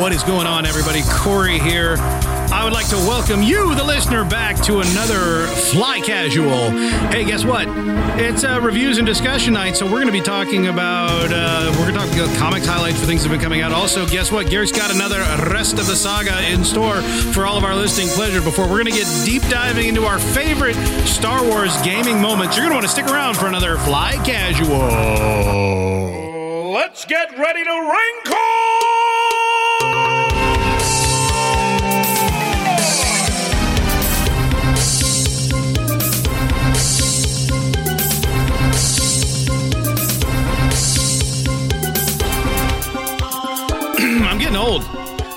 What is going on, everybody? Corey here. I would like to welcome you, the listener, back to another Fly Casual. Hey, guess what? It's uh, reviews and discussion night, so we're going to be talking about uh, we're going to talk about comics highlights for things that have been coming out. Also, guess what? Garrett's got another rest of the saga in store for all of our listening pleasure. Before we're going to get deep diving into our favorite Star Wars gaming moments, you're going to want to stick around for another Fly Casual. Let's get ready to wrinkle! I'm getting old.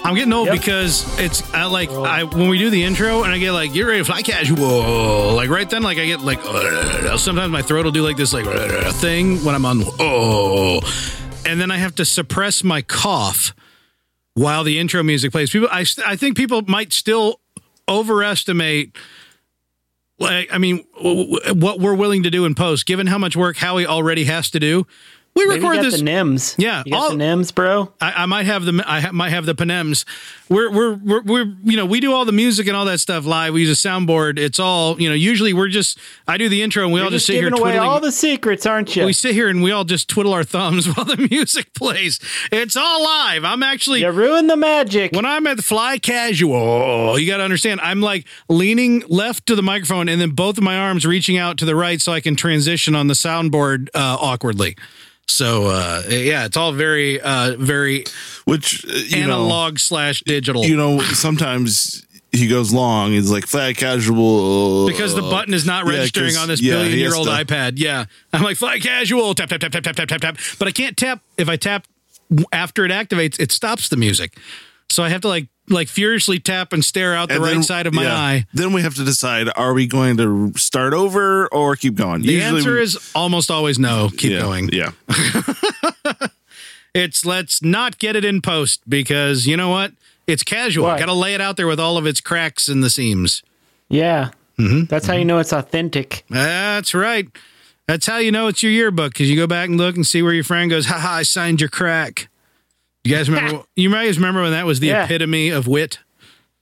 I'm getting old because it's I like I when we do the intro and I get like get ready to fly casual like right then like I get like uh, sometimes my throat will do like this like uh, thing when I'm on oh and then I have to suppress my cough while the intro music plays. People I I think people might still overestimate like I mean w- w- what we're willing to do in post given how much work Howie already has to do. We Maybe you record got this the Nims. Yeah, you got all- the Nims, bro. I, I might have the I ha- might have the Panems. We're, we're we're we're you know we do all the music and all that stuff live. We use a soundboard. It's all you know. Usually we're just I do the intro and we all You're just, just sit here giving away twiddling. all the secrets, aren't you? we sit here and we all just twiddle our thumbs while the music plays. It's all live. I'm actually You ruined the magic. when I'm at Fly Casual, you got to understand, I'm like leaning left to the microphone and then both of my arms reaching out to the right so I can transition on the soundboard uh, awkwardly. So uh, yeah, it's all very uh, very which uh, you analog slash digital. know, you know, sometimes he goes long. He's like flat casual because the button is not uh, Yeah, registering 'cause- on this yeah, he billion year has old to- iPad. Yeah. I'm like, fly casual, tap, tap, tap, tap, tap, tap, tap, tap. But I can't tap. If I tap w- after it activates, it stops the music. So I have to like, like furiously tap and stare out the And right then- side of my yeah. eye. Then we have to decide: are we going to start over or keep going? The answer is almost always no. Keep yeah, going. Yeah, It's let's not get it in post because you know what? It's casual. Why? Got to lay it out there with all of its cracks and the seams. yeah, that's how you know it's authentic. That's right. That's how you know it's your yearbook because you go back and look and see where your friend goes. Ha ha! I signed your crack. You guys remember? you guys remember when that was the Yeah. epitome of wit?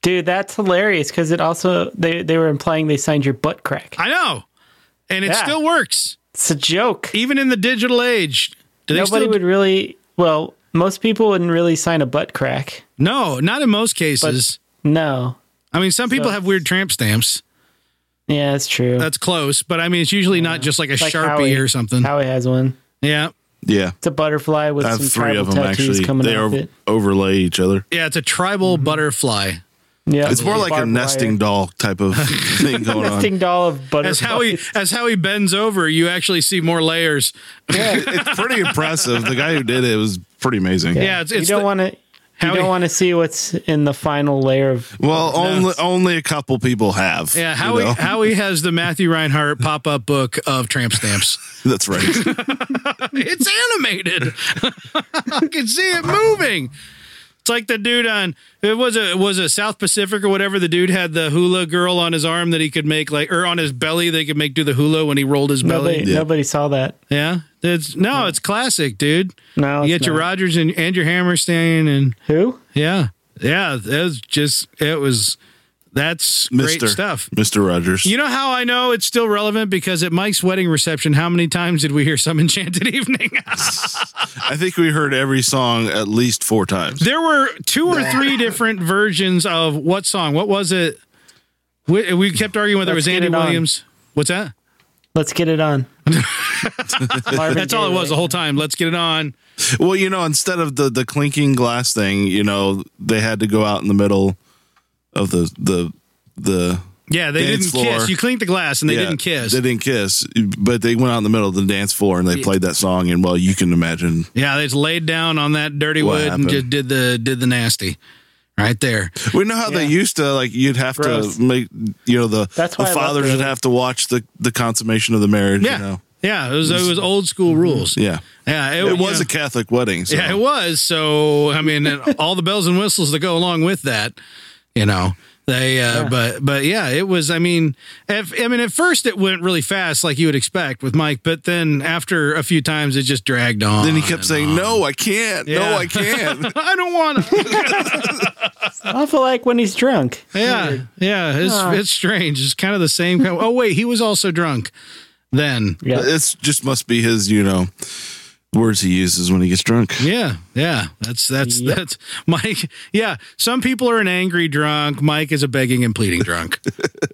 Dude, that's hilarious because it also they they were implying they signed your butt crack. I know, and it Yeah. still works It's a joke. even in the digital age. Do they Nobody still- would really. Well, most people wouldn't really sign a butt crack. No, not in most cases. No. I mean, some people So- have weird tramp stamps. Yeah, that's true. That's close, but I mean, it's usually not just like a Like sharpie Howie. or something. Howie has one. Yeah, yeah. It's a butterfly with I have some three tribal of them tattoos actually. coming They out are of it. overlay each other. yeah, it's a tribal Mm-hmm. butterfly. Yeah, It's more like a Barbed wire. nesting doll type of thing going on. nesting doll of As butterflies. Howie as Howie bends over, you actually see more layers. it's pretty impressive. The guy who did it was pretty amazing. Yeah, it's, it's you don't the- want to. You Howie- don't want to see what's in the final layer of. Well, only only a couple people have. Yeah, you Howie know? Howie has the Matthew Reinhardt pop up book of tramp stamps. That's right. it's animated. I can see it moving. It's like the dude on it was a it was a South Pacific or whatever. The dude had the hula girl on his arm that he could make like or on his belly they could make do the hula when he rolled his Nobody, belly. Yeah. nobody saw that. Yeah, it's no, it's classic, dude. No, you it's get your not. Rogers and, and your Hammerstein and Who? yeah, yeah. It was just it was that's great Mr. stuff. Mr. Rogers. You know how I know it's still relevant because at Mike's wedding reception, how many times did we hear some enchanted evening? I think we heard every song at least four times. there were two or three different versions of what song? What was it? We, we kept arguing whether Let's it was Get Andy It On. Williams. What's that? Let's get it on. Marvin That's all it Gaye, was the right? whole time. Let's get it on. Well, you know, instead of the the clinking glass thing, you know, they had to go out in the middle of the the the Yeah, they Dance didn't floor. kiss. You clinked the glass and they yeah, didn't kiss. They didn't kiss, but they went out in the middle of the dance floor and they played that song and well, you can imagine. yeah, they just laid down on that dirty What wood and happened? just did the did the nasty. Right there. We know how they used to like you'd have Gross. to make you know the That's the why I love fathers would the- have to watch the the consummation of the marriage, Yeah. you know. Yeah, it was it was old school rules. Yeah. Oh, Yeah, It you was know. a Catholic wedding. So. Yeah, it was. So I mean, and all the bells and whistles that go along with that, you know. They, uh, but, but yeah, it was. I mean, if, I mean, at first it went really fast, like you would expect with Mike, but then after a few times, it just dragged on. Then he kept and saying, on. "No, I can't. Yeah. No, I can't." I don't want to. Awful like when he's drunk. Yeah, yeah, it's Huh. it's strange. It's kind of the same. Kind oh wait, he was also drunk then. Yeah. it's just must be his, you know, words he uses when he gets drunk. Yeah, yeah. That's that's Yep. that's Mike. Yeah, some people are an angry drunk. Mike is a begging and pleading drunk.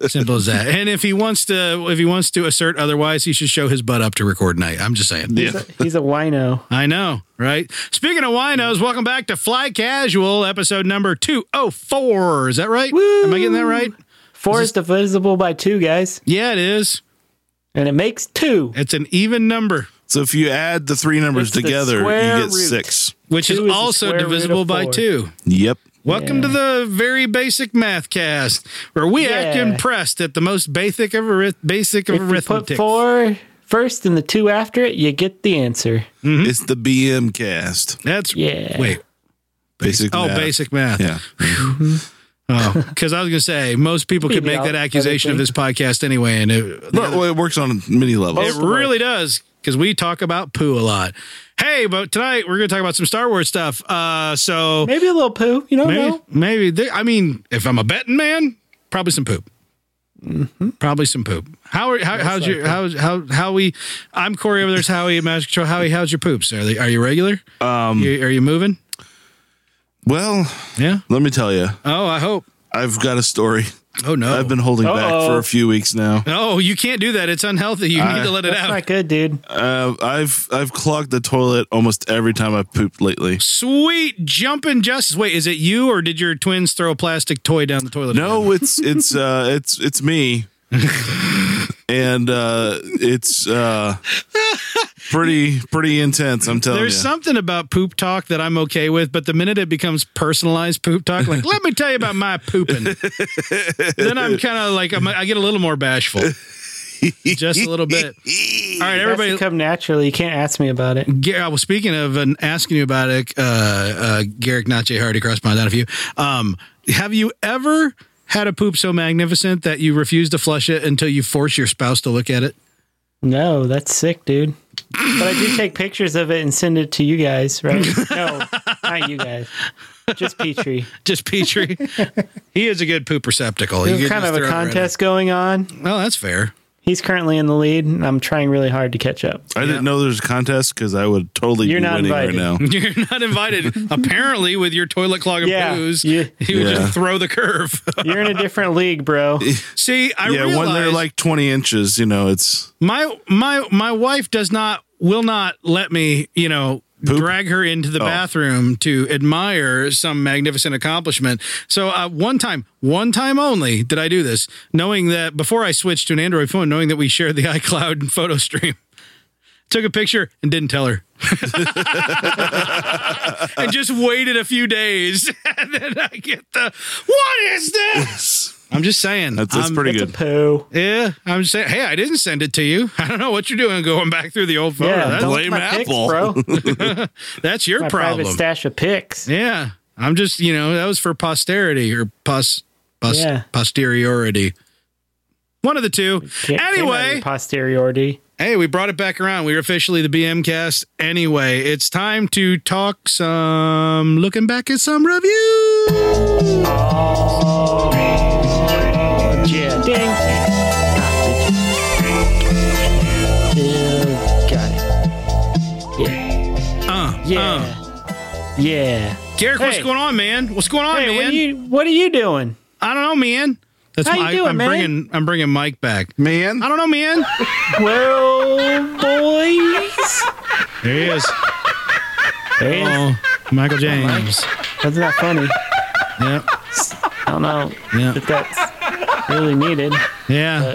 Simple as that. And if he wants to, if he wants to assert otherwise, he should show his butt up to record night. I'm just saying. Yeah. He's a wino. I know, right? Speaking of winos, welcome back to Fly Casual, episode number two oh four. Is that right? Am I getting that right? Four is divisible by two, guys, Yeah, it is. and it makes two. It's an even number. So if you add the three numbers It's the together, you square get root. six. which Two is, is the also square root of divisible by four. two. Yep. Welcome to the very basic math cast, where we act Yeah. impressed at the most basic of arith- basic of If you arithmetic. put four first and the two after it, you get the answer. It's the BM cast. That's Yeah. Wait, Basic. oh, math. basic math. Yeah. Oh, because I was going to say most people could Maybe make that I'll- accusation of everything. this podcast anyway, and it, But well, it works on many levels. it really does because we talk about poo a lot. Hey, but tonight we're going to talk about some Star Wars stuff. Uh, so Maybe a little poo. You don't Maybe, know. maybe they, I mean, if I'm a betting man, probably some poop. Probably some poop. How are how, how's your how's how Howie? I'm Corey over there's Howie at Magic Control. Howie, how's your poops? Are they are you regular? Um, are you moving? well, Yeah. let me tell you, Oh, I hope. I've got a story. Oh no. I've been holding back Uh-oh. for a few weeks now. Oh, you can't do that. It's unhealthy. You need to let it It's out. not good, dude. Uh, I've I've clogged the toilet almost every time I've pooped lately. Sweet jumping justice. Wait, is it you or did your twins throw a plastic toy down the toilet? No, it's it's uh it's it's me. and uh it's uh pretty pretty intense, I'm Oh, telling There's you. something about poop talk that I'm okay with, but the minute it becomes personalized poop talk, like let me tell you about my pooping, then I'm kind of like I'm, I get a little more bashful, just a little bit. All right, Everybody everybody. come naturally. You can't ask me about it. Gar- well, speaking of and asking you about it, uh, uh, Garrick Not J Hardy cross my down of you. Um, have you ever had a poop so magnificent that you refuse to flush it until you force your spouse to look at it? No, that's sick, dude. But I do take pictures of it and send it to you guys, right? No, not you guys. Just Petrie. Just Petrie, he is a good poop receptacle. You There's could kind just of a throw it right contest going on. at- Well, that's fair. He's currently in the lead, and I'm trying really hard to catch up. I didn't know there's a contest because I would totally You're be not invited. winning right now. You're not invited. Apparently, with your toilet clog of Yeah, booze, yeah. you would Yeah. just throw the curve. You're in a different league, bro. See, I yeah, realize when they're like 20 inches, you know, it's my my my wife does not will not let me, you know, drag her into the bathroom to admire some magnificent accomplishment. So uh, one time, one time only, did I do this, knowing that before I switched to an Android phone, knowing that we shared the iCloud photo stream. Took a picture and didn't tell her. and just waited a few days. And then I get the, what is this? I'm just saying. that's, that's I'm- pretty It's a good. poo. yeah, I'm just saying. Hey, I didn't send it to you. I don't know what you're doing going back through the old photo. Yeah, That's- don't look Blame at my pics, Apple. bro. that's your My private problem. stash of pics. Yeah, I'm just you know that was for posterity or pos, pos Yeah. posteriority. One of the two. Can't- came out of anyway, your posteriority. hey, we brought it back around. We're officially the BM cast. Anyway, it's time to talk some looking back at some review. Yeah, ding. Yeah, Got it. Yeah, Uh, yeah, yeah. uh. Garrick, what's Hey. going on, man? What's going on, Hey, man? what are you? What are you doing? I don't know, man. That's How you my, doing, I'm man? bringing I'm bringing Mike back. Man, I don't know, man. Well, boys. There he is. There he is. Oh, Michael James. That's not funny. Yep. I don't know Yep. if that's really needed. Yeah.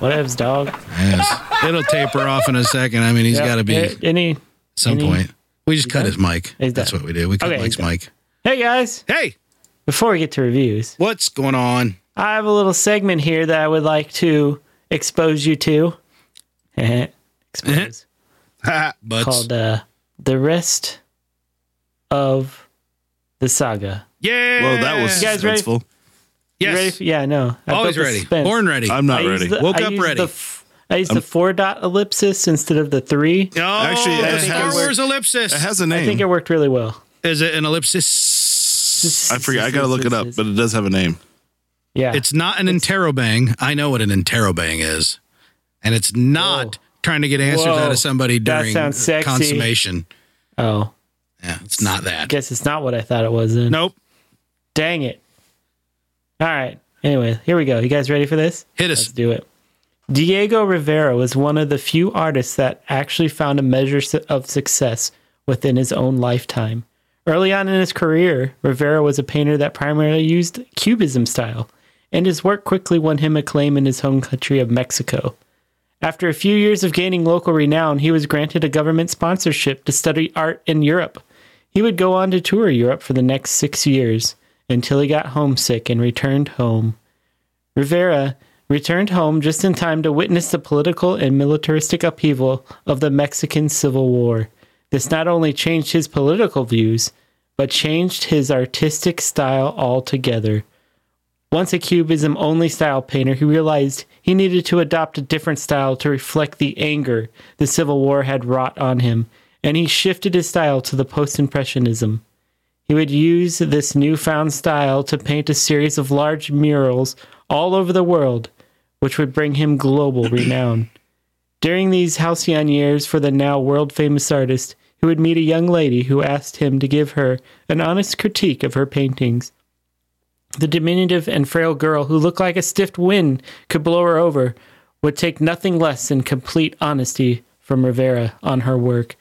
Whatevs, dog. Yes. It'll taper off in a second. I mean, he's Yep, got to be a- at Any? some any- point. We just cut his mic. He's That's done. what we do. We cut Okay, Mike's he's done. mic. Hey guys, Hey, before we get to reviews, what's going on? I have a little segment here that I would like to expose you to. expose. Butts. Called uh, the rest of the saga. yeah. well, that was You guys ready? suspenseful. You ready? Yes. For, yeah, no. I Always built the ready. suspense. Born ready. I'm I not used ready. the- Woke I up used ready. The f- I used the four dot ellipsis instead of the three. oh, actually, Actually, it the has- Star Wars ellipsis. it has a I think it name. worked really well. Is it an ellipsis? I forget. I gotta look it up, but it does have a name. yeah, It's not an interrobang. I know what an interrobang is, and it's not trying to get answers Whoa. out of somebody That during sounds sexy. consummation. oh, Yeah, it's not that. guess it's not what I thought it was. Then. Nope. Dang it. All right. Anyway, here we go. You guys ready for this? Hit us. Let's do it. Diego Rivera was one of the few artists that actually found a measure su- of success within his own lifetime. Early on in his career, Rivera was a painter that primarily used Cubism style, and his work quickly won him acclaim in his home country of Mexico. After a few years of gaining local renown, he was granted a government sponsorship to study art in Europe. He would go on to tour Europe for the next six years until he got homesick and returned home. Rivera returned home just in time to witness the political and militaristic upheaval of the Mexican Civil War. This not only changed his political views, but changed his artistic style altogether. Once a cubism only style painter, he realized he needed to adopt a different style to reflect the anger the Civil War had wrought on him, and he shifted his style to the post impressionism. He would use this newfound style to paint a series of large murals all over the world, which would bring him global renown. During these halcyon years for the now world famous artist, he would meet a young lady who asked him to give her an honest critique of her paintings. The diminutive and frail girl who looked like a stiff wind could blow her over would take nothing less than complete honesty from Rivera on her work.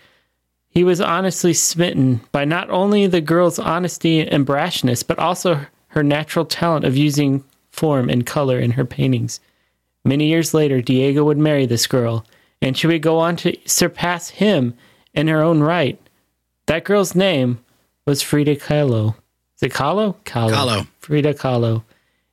He was honestly smitten by not only the girl's honesty and brashness, but also her natural talent of using form and color in her paintings. Many years later, Diego would marry this girl, and she would go on to surpass him in her own right. That girl's name was Frida Kahlo. Is it Kahlo? Kahlo. Kahlo. Frida Kahlo.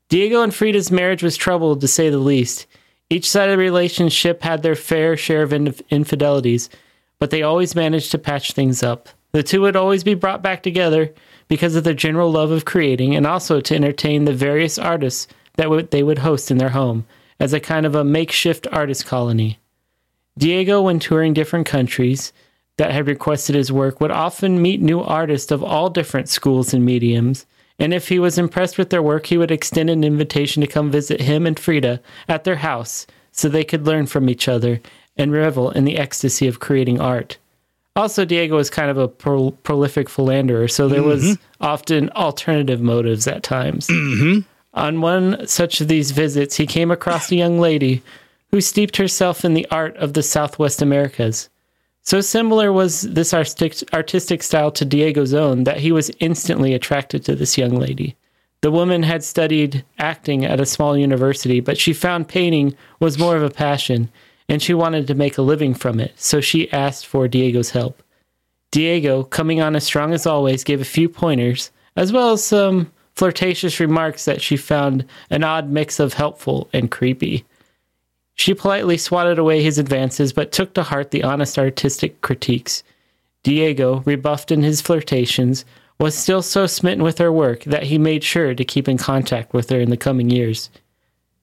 Diego and Frida's marriage was troubled, to say the least. Each side of the relationship had their fair share of inf- infidelities, but they always managed to patch things up. The two would always be brought back together because of their general love of creating and also to entertain the various artists that would they would host in their home as a kind of a makeshift artist colony. Diego, when touring different countries that had requested his work, would often meet new artists of all different schools and mediums. And if he was impressed with their work, he would extend an invitation to come visit him and Frida at their house so they could learn from each other and revel in the ecstasy of creating art. Also, Diego was kind of a pro- prolific philanderer, so there was often alternative motives at times. On one such of these visits, he came across a young lady who steeped herself in the art of the Southwest Americas. So similar was this artistic, artistic style to Diego's own that he was instantly attracted to this young lady. The woman had studied acting at a small university, but she found painting was more of a passion, and she wanted to make a living from it, so she asked for Diego's help. Diego, coming on as strong as always, gave a few pointers, as well as some flirtatious remarks that she found an odd mix of helpful and creepy. She politely swatted away his advances, but took to heart the honest artistic critiques. Diego, rebuffed in his flirtations, was still so smitten with her work that he made sure to keep in contact with her in the coming years.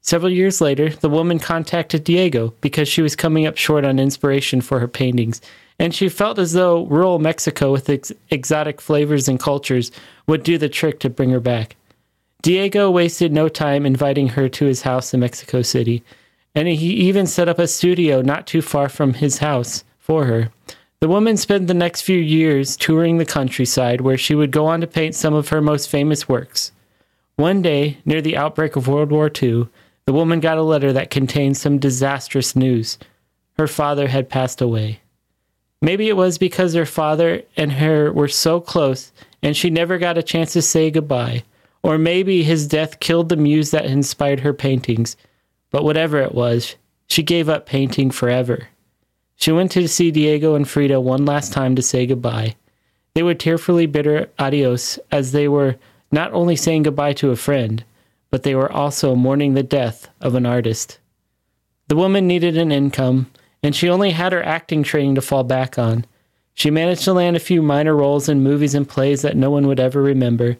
Several years later, the woman contacted Diego because she was coming up short on inspiration for her paintings, and she felt as though rural Mexico with ex- exotic flavors and cultures would do the trick to bring her back. Diego wasted no time inviting her to his house in Mexico City, and he even set up a studio not too far from his house for her. The woman spent the next few years touring the countryside where she would go on to paint some of her most famous works. One day, near the outbreak of World War II, the woman got a letter that contained some disastrous news. Her father had passed away. Maybe it was because her father and her were so close and she never got a chance to say goodbye. Or maybe his death killed the muse that inspired her paintings. But whatever it was, she gave up painting forever. She went to see Diego and Frida one last time to say goodbye. They would tearfully bid her adios as they were not only saying goodbye to a friend, but they were also mourning the death of an artist. The woman needed an income, and she only had her acting training to fall back on. She managed to land a few minor roles in movies and plays that no one would ever remember,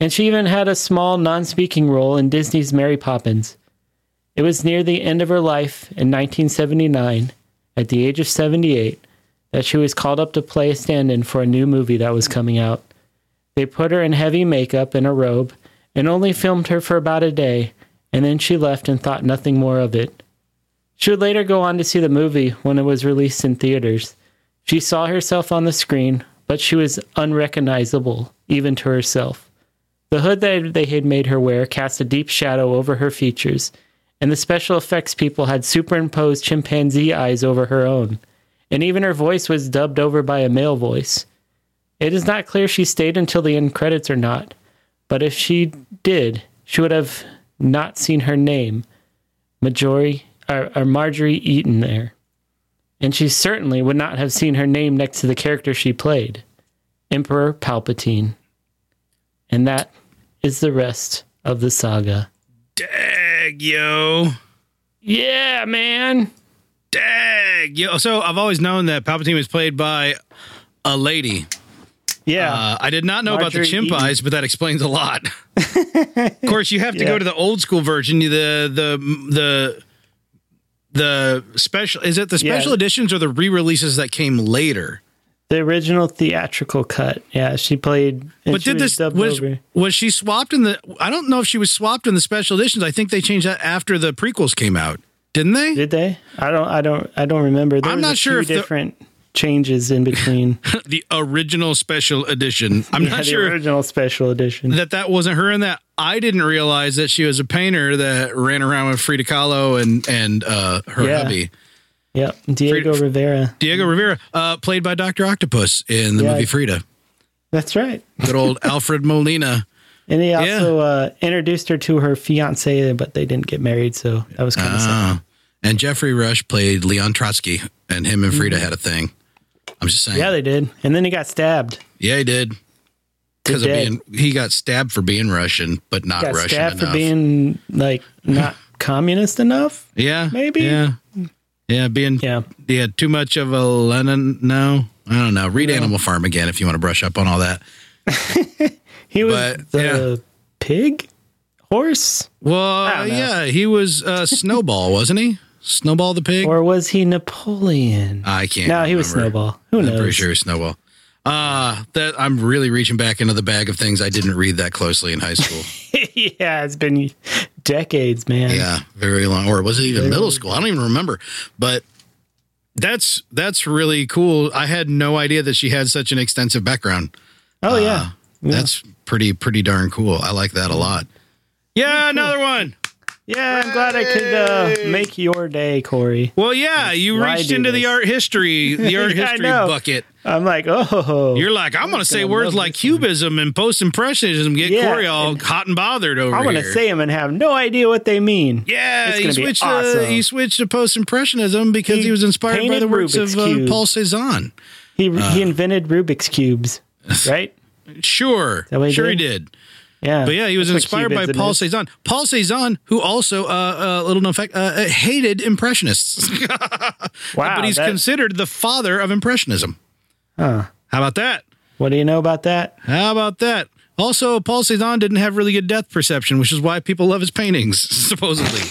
and she even had a small non speaking role in Disney's Mary Poppins. It was near the end of her life in 1979, at the age of 78, that she was called up to play a stand in for a new movie that was coming out. They put her in heavy makeup and a robe and only filmed her for about a day, and then she left and thought nothing more of it. She would later go on to see the movie when it was released in theaters. She saw herself on the screen, but she was unrecognizable, even to herself. The hood that they had made her wear cast a deep shadow over her features, and the special effects people had superimposed chimpanzee eyes over her own, and even her voice was dubbed over by a male voice. It is not clear she stayed until the end credits or not, but if she did, she would have not seen her name, Majori or, or Marjorie Eaton there. And she certainly would not have seen her name next to the character she played, Emperor Palpatine. And that is the rest of the saga. Dag, yo. Yeah, man. Dag, yo. So I've always known that Palpatine was played by a lady. Yeah. Uh, I did not know about Marjorie the chimp Eaton. eyes, but that explains a lot. of course, you have to go to the old school version. The the the the special is it the Yeah. special editions or the re-releases that came later? the original theatrical cut. Yeah, she played. and But did she was this dubbed was over. was she swapped in the? I don't know if she was swapped in the special editions. I think they changed that after the prequels came out, didn't they? Did they? I don't. I don't. I don't remember. There I'm was not a sure few if the- different changes in between. the original special edition. I'm Yeah, not the sure original special edition. that that wasn't her and that I didn't realize that she was a painter that ran around with Frida Kahlo and and uh, her Yeah. hubby Yep, Diego Rivera. Diego Rivera, uh, played by Doctor Octopus in the Yeah. movie Frida. That's right. Good old Alfred Molina. And he also uh, introduced her to her fiance, but they didn't get married, so that was kind of sad. Oh. And Jeffrey Rush played Leon Trotsky, and him and Frida had a thing. I'm just saying. Mm. Yeah, they did. And then he got stabbed. Yeah, he did. Because of Today. being, he got stabbed for being Russian, but not Got Russian stabbed enough. for being like not communist enough. yeah, maybe? Yeah, yeah, being Yeah. Yeah, too much of a Lennon. No, I don't know. Read Animal Farm again if you want to brush up on all that. He was But, the pig, horse, Well, don't know. yeah, he was uh, Snowball, wasn't he? Snowball the pig. Ah, or was he Napoleon? I can't. no, he was remember. Snowball. Who I'm pretty knows? sure he was Snowball. Uh, that I'm really reaching back into the bag of things I didn't read that closely in high school. yeah, it's been decades, man. yeah, very long. Or was it even middle school? I don't even remember. But that's that's really cool. I had no idea that she had such an extensive background. Oh uh, yeah. That's pretty pretty darn cool. I like that a lot. Yeah, another one. Yeah, I'm glad I could uh, make your day, Corey. Well, yeah, you why I reached do into the this. art history, the art Yeah, I history know. bucket. I'm like, oh, You're like, I'm going to say gonna words love like cubism and post impressionism, get Yeah, Corey all hot and bothered over I want to here. say them and have no idea what they mean. yeah, it's he gonna be switched, to, awesome. he switched to post impressionism because he, He was inspired by painted the works Rubik's of uh, Cube. Paul Cézanne. He he Uh. invented Rubik's cubes, right? Sure, that what he sure he did? did. Yeah, But yeah, he was That's what inspired by cubism Paul is. Cézanne. Paul Cézanne, who also, uh, uh, little known fact, uh, uh, hated impressionists. Wow, but he's that- considered the father of impressionism. How about that? what do you know about that? How about that? Also, Paul Cézanne didn't have really good depth perception, which is why people love his paintings, supposedly.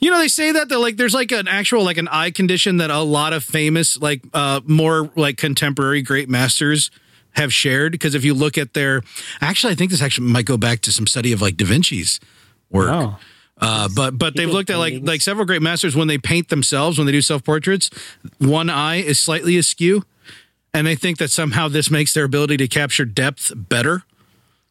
you know, they say that that like there's like an actual like an eye condition that a lot of famous like uh more like contemporary great masters have shared because if you look at their actually I think this actually might go back to some study of like Da Vinci's work. Oh, Uh, but but they've did looked at like paintings. like several great masters when they paint themselves when they do self portraits, one eye is slightly askew, and they think that somehow this makes their ability to capture depth better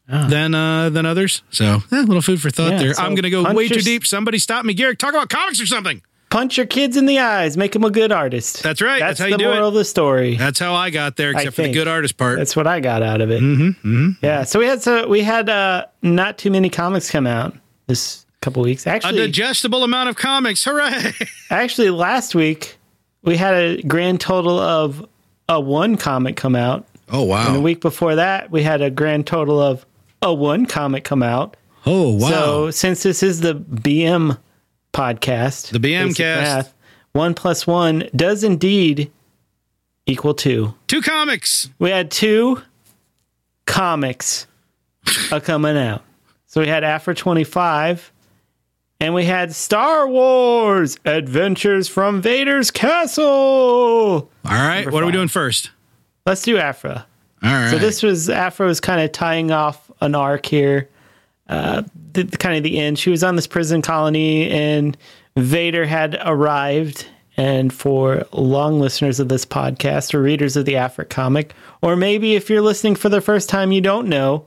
than uh, than others. So eh, little food for thought Ah. Yeah, there. so I'm gonna go way punch your- too deep. Somebody stop me, Garrick. Talk about comics or something. punch your kids in the eyes, make them a good artist. That's right. That's That's, how you the do it. moral of the story. That's how I got there, except for the think. good artist part. That's what I got out of it. Mm-hmm, Yeah. So we had so we had uh, not too many comics come out this couple weeks. a Actually, digestible amount of comics. Hooray! actually last week we had a grand total of a one comic come out. Oh The wow! week before that we had a grand total of a one comic come out. Oh wow! So since this is the BM podcast, The BM Basic cast. one plus one does indeed equal two. Two comics. We had two comics are coming out. So we had Afro 25, and we had Star Wars Adventures from Vader's Castle. All right, what are we five. doing first? Let's do Afra. All right. So this was Afra was kind of tying off an arc here. Uh, the, the- kind of the end. She was on this prison colony, and Vader had arrived. And for long listeners of this podcast or readers of the Afra comic, or maybe if you're listening for the first time, you don't know,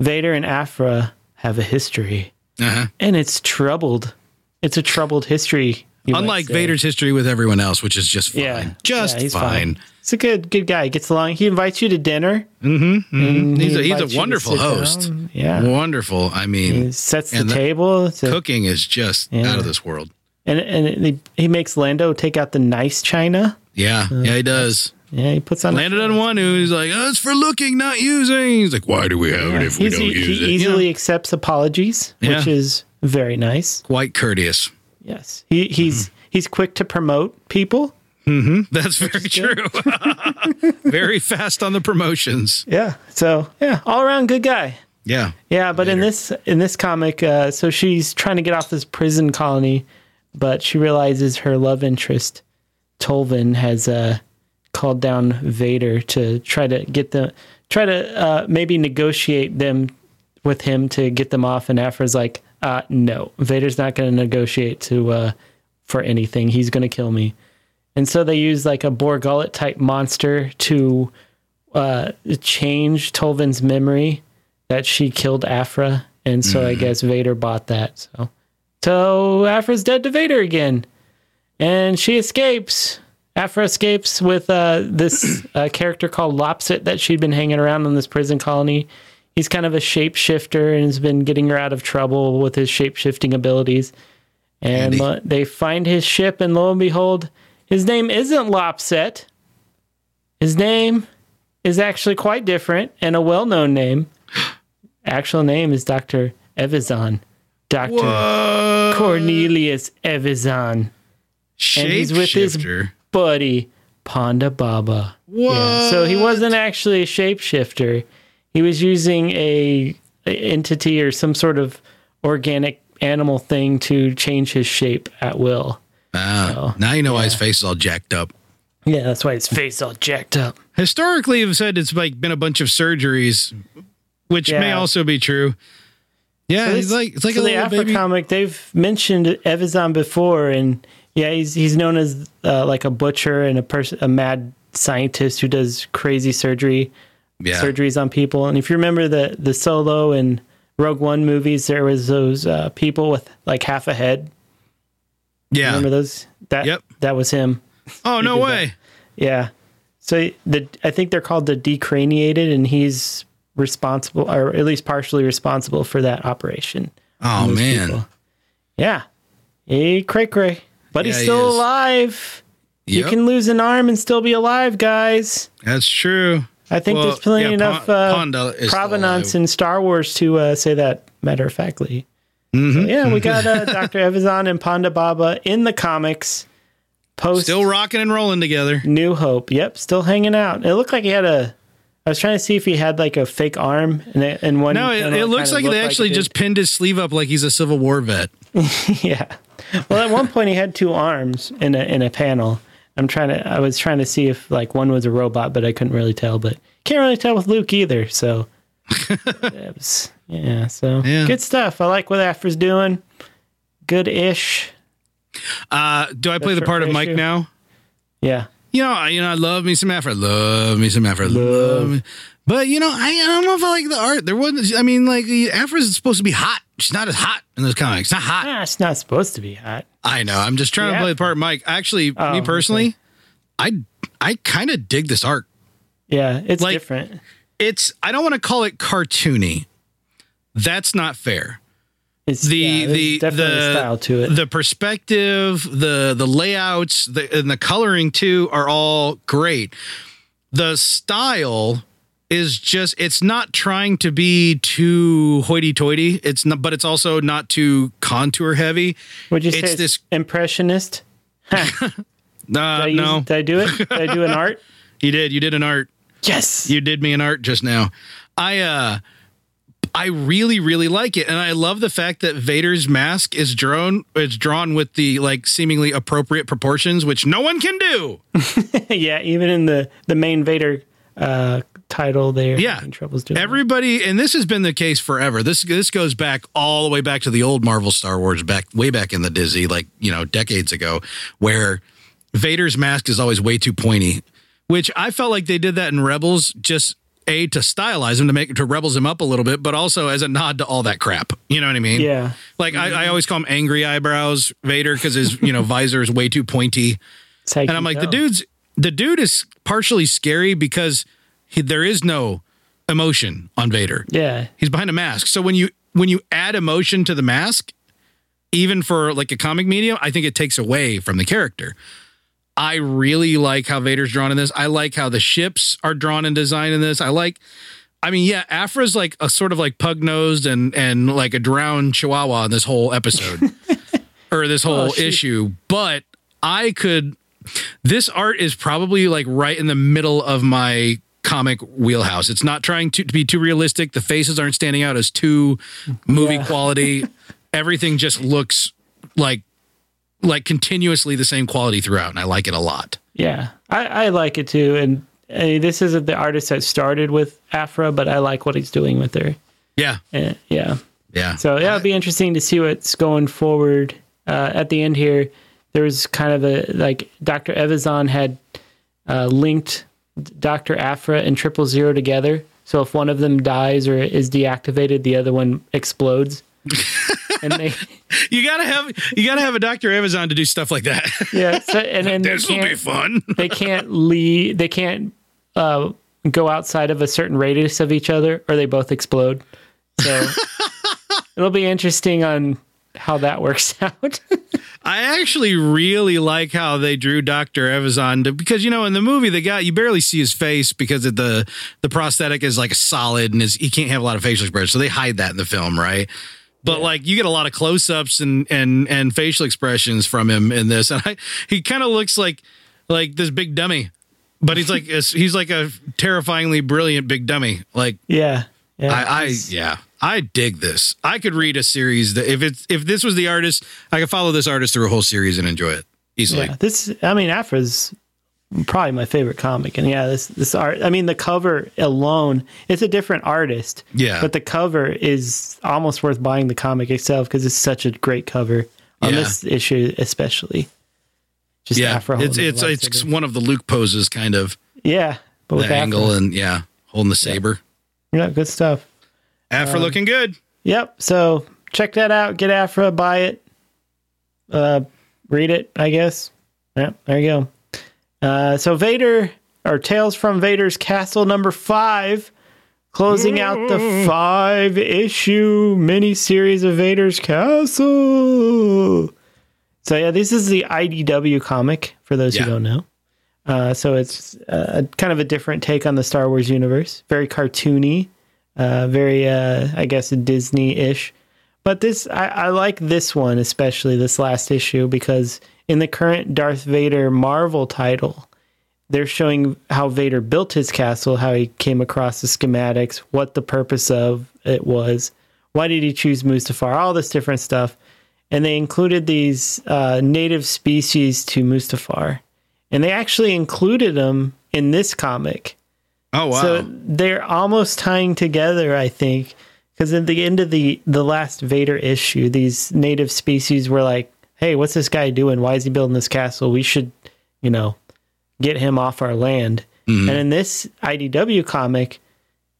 Vader and Afra have a history, Uh-huh. and it's troubled. It's a troubled history. you might Unlike say. Vader's history with everyone else, which is just fine. yeah, Just Yeah, he's fine. He's a good good guy. He gets along. He invites you to dinner. Mm-hmm, He's a, He he's invites you a to wonderful sit host. down. Yeah. Wonderful. I mean, He sets the And the- table. to- cooking is just Yeah. out of this world. and and he, he makes Lando take out the nice china. Yeah, Uh, yeah, he does. Yeah, he puts on. a- Landed on one who he's like, oh, it's for looking, not using. He's like, why do we have it if we He's- e-, don't he, use he it? easily Yeah. accepts apologies, which Yeah. is very nice. Quite courteous. Yes, he he's Mm-hmm. he's quick to promote people. That's very true. very fast on the promotions. Yeah. So yeah, all around good guy. Yeah. Yeah, but in this in this comic, uh, so she's trying to get off this prison colony, but she realizes her love interest, Tolvin, has uh, called down Vader to try to get them, try to uh, maybe negotiate them with him to get them off. And Afra's like, uh, no, Vader's not going to negotiate to uh, for anything. He's going to kill me. And so they use like a Borgullet type monster to uh, change Tolvin's memory that she killed Afra, and so I guess Vader bought that. So, so Afra's dead to Vader again, and she escapes. Afra escapes with uh, this uh, character called Lopsit that she'd been hanging around in this prison colony. He's kind of a shapeshifter and has been getting her out of trouble with his shapeshifting abilities. And Andy. lo- they find his ship, and lo and behold, his name isn't Lopset. His name is actually quite different and a well known name. Actual name is Dr. Evazan. Dr. Uh, Cornelius Evazan. Shapeshifter. And he's with his- Buddy Ponda Baba. Yeah. So he wasn't actually a shapeshifter. He was using a, a entity or some sort of organic animal thing to change his shape at will. Oh, Ah, now you know why his face is all jacked up. Yeah, that's why his face all jacked up. Historically, have said it's like been a bunch of surgeries, which may Yeah. also be true. Yeah, So he's this- like it's like so a the little Afro baby. comic. They've mentioned Evazan before, and yeah, he's he's known as uh, like a butcher and a person, a mad scientist who does crazy surgery yeah. surgeries on people. And if you remember the the Solo and Rogue One movies, there was those uh, people with like half a head. yeah. Remember those? That Yep. that was him. Oh no did that. way. Yeah. So the I think they're called the decraniated, and he's responsible, or at least partially responsible for that operation. Oh man. Yeah. Hey, cray cray. But Yeah, he's he still is. alive. You Yep. can lose an arm and still be alive, guys. That's true. I think Well, there's plenty yeah, Pon- enough Ponda uh, is still provenance alive. in Star Wars to uh, say that matter of factly. Mm-hmm. So, yeah, we got uh, Dr. Evazan and Ponda Baba in the comics post Still rocking and rolling together. New Hope. Yep, still hanging out. It looked like he had a. I was trying to see if he had like a fake arm and, and one. No, it, panel it looks kinda like looked they actually it did. just pinned his sleeve up like he's a Civil War vet. Yeah. Well, at one point he had two arms in a in a panel. I'm trying to. I was trying to see if like one was a robot, but I couldn't really tell. But can't really tell with Luke either. So, it was- yeah. So Yeah. good stuff. I like what Afra's doing. Good ish. Uh, do I play the That's part her of Mike issue. now? Yeah. You know, I, you know, I love me some Afro. Love me some Afro. Love. me- But you know, I, I don't know if I like the art. There wasn't. I mean, like Afro's supposed to be hot. She's not as hot in those comics. Not hot. Ah, it's not supposed to be hot. I know. I'm just trying Yeah. Oh, to play the part, of Mike. Actually, me personally, I I kind of dig this arc. Yeah, it's Like- different. It's I don't want to call it cartoony. That's not fair. It's The yeah, there's the definitely the a style to it. The perspective, the the layouts, the, and the coloring too are all great. The style is just it's not trying to be too hoity-toity. It's not, but it's also not too contour heavy. Would you say it's it's this- impressionist? Did Uh, I use- no, did I do it? Did I do an art? you did. You did an art. Yes. You did me an art just now. I uh I really, really like it, and I love the fact that Vader's mask is drawn. It's drawn with the like seemingly appropriate proportions, which no one can do. yeah, even in the the main Vader uh, title, they're Yeah. having troubles doing. that. Everybody, and this has been the case forever. This this goes back all the way back to the old Marvel Star Wars, back way back in the Disney, like you know, decades ago, where Vader's mask is always way too pointy, which I felt like they did that in Rebels, just a to stylize him to make to rebels him up a little bit, but also as a nod to all that crap. You know what I mean? yeah, Like I, I always call him angry eyebrows Vader because his you know visor is way too pointy. It's how you And I'm like, the know. dude's the dude is partially scary because he, there is no emotion on Vader. Yeah, He's behind a mask. So when you when you add emotion to the mask, even for like a comic medium, I think it takes away from the character. I really like how Vader's drawn in this. I like how the ships are drawn and designed in this. I like I mean, yeah, Afra's like a sort of like pug nosed and and like a drowned chihuahua in this whole episode or this whole she- issue. But I could this art is probably like right in the middle of my comic wheelhouse. It's not trying to, to be too realistic. The faces aren't standing out as too movie quality. Everything just looks like like continuously the same quality throughout, and I like it a lot. yeah, I, I like it too. And uh, this isn't the artist that started with Afra, but I like what he's doing with her. Yeah, Uh, yeah. yeah. So yeah, it'll be interesting to see what's going forward. Uh, at the end here, there was kind of a like Dr. Evazan had uh, linked Dr. Afra and Triple Zero together. So if one of them dies or is deactivated, the other one explodes. and they you gotta have you gotta have a Doctor Amazon to do stuff like that. yeah, so, and then they this will be can't, fun. they can't leave. They can't uh, go outside of a certain radius of each other, or they both explode. So it'll be interesting on how that works out. I actually really like how they drew Doctor Evazon to, because you know in the movie the guy you barely see his face because of the the prosthetic is like solid and is he can't have a lot of facial expression, so they hide that in the film, right? But like you get a lot of close ups and and and facial expressions from him in this, and I, he kind of looks like like this big dummy, but he's like he's like a terrifyingly brilliant big dummy, like Yeah. Yeah. I, I it's- yeah, I dig this. I could read a series that if it's if this was the artist, I could follow this artist through a whole series and enjoy it easily. yeah, this I mean Afra's probably my favorite comic and yeah, this this art I mean the cover alone, it's a different artist. Yeah. But the cover is almost worth buying the comic itself cuz it's such a great cover on Yeah. this issue especially. Just Yeah, Afra. it's holding it's the it's lightsaber. one of the Luke poses, kind of yeah, but the with angle Afra. and yeah, holding the saber. Yeah, Um, good stuff. Afro looking good. Yep, so check that out, get Afra, buy it. Uh read it, I guess. Yep, there you go. Uh, so Vader, or Tales from Vader's Castle number five, closing out the five issue miniseries of Vader's Castle. So yeah, this is the IDW comic for those Yeah. who don't know. Uh, so it's uh, kind of a different take on the Star Wars universe. Very cartoony, uh, very uh, I guess Disney-ish. But this, I, I like this one especially, this last issue, because in the current Darth Vader Marvel title, they're showing how Vader built his castle, how he came across the schematics, what the purpose of it was, why did he choose Mustafar, all this different stuff. And they included these uh, native species to Mustafar. And they actually included them in this comic. Oh wow, So they're almost tying together, I think, because at the end of the the last Vader issue, these native species were like, "Hey, what's this guy doing? Why is he building this castle? We should, you know, get him off our land." And in this IDW comic,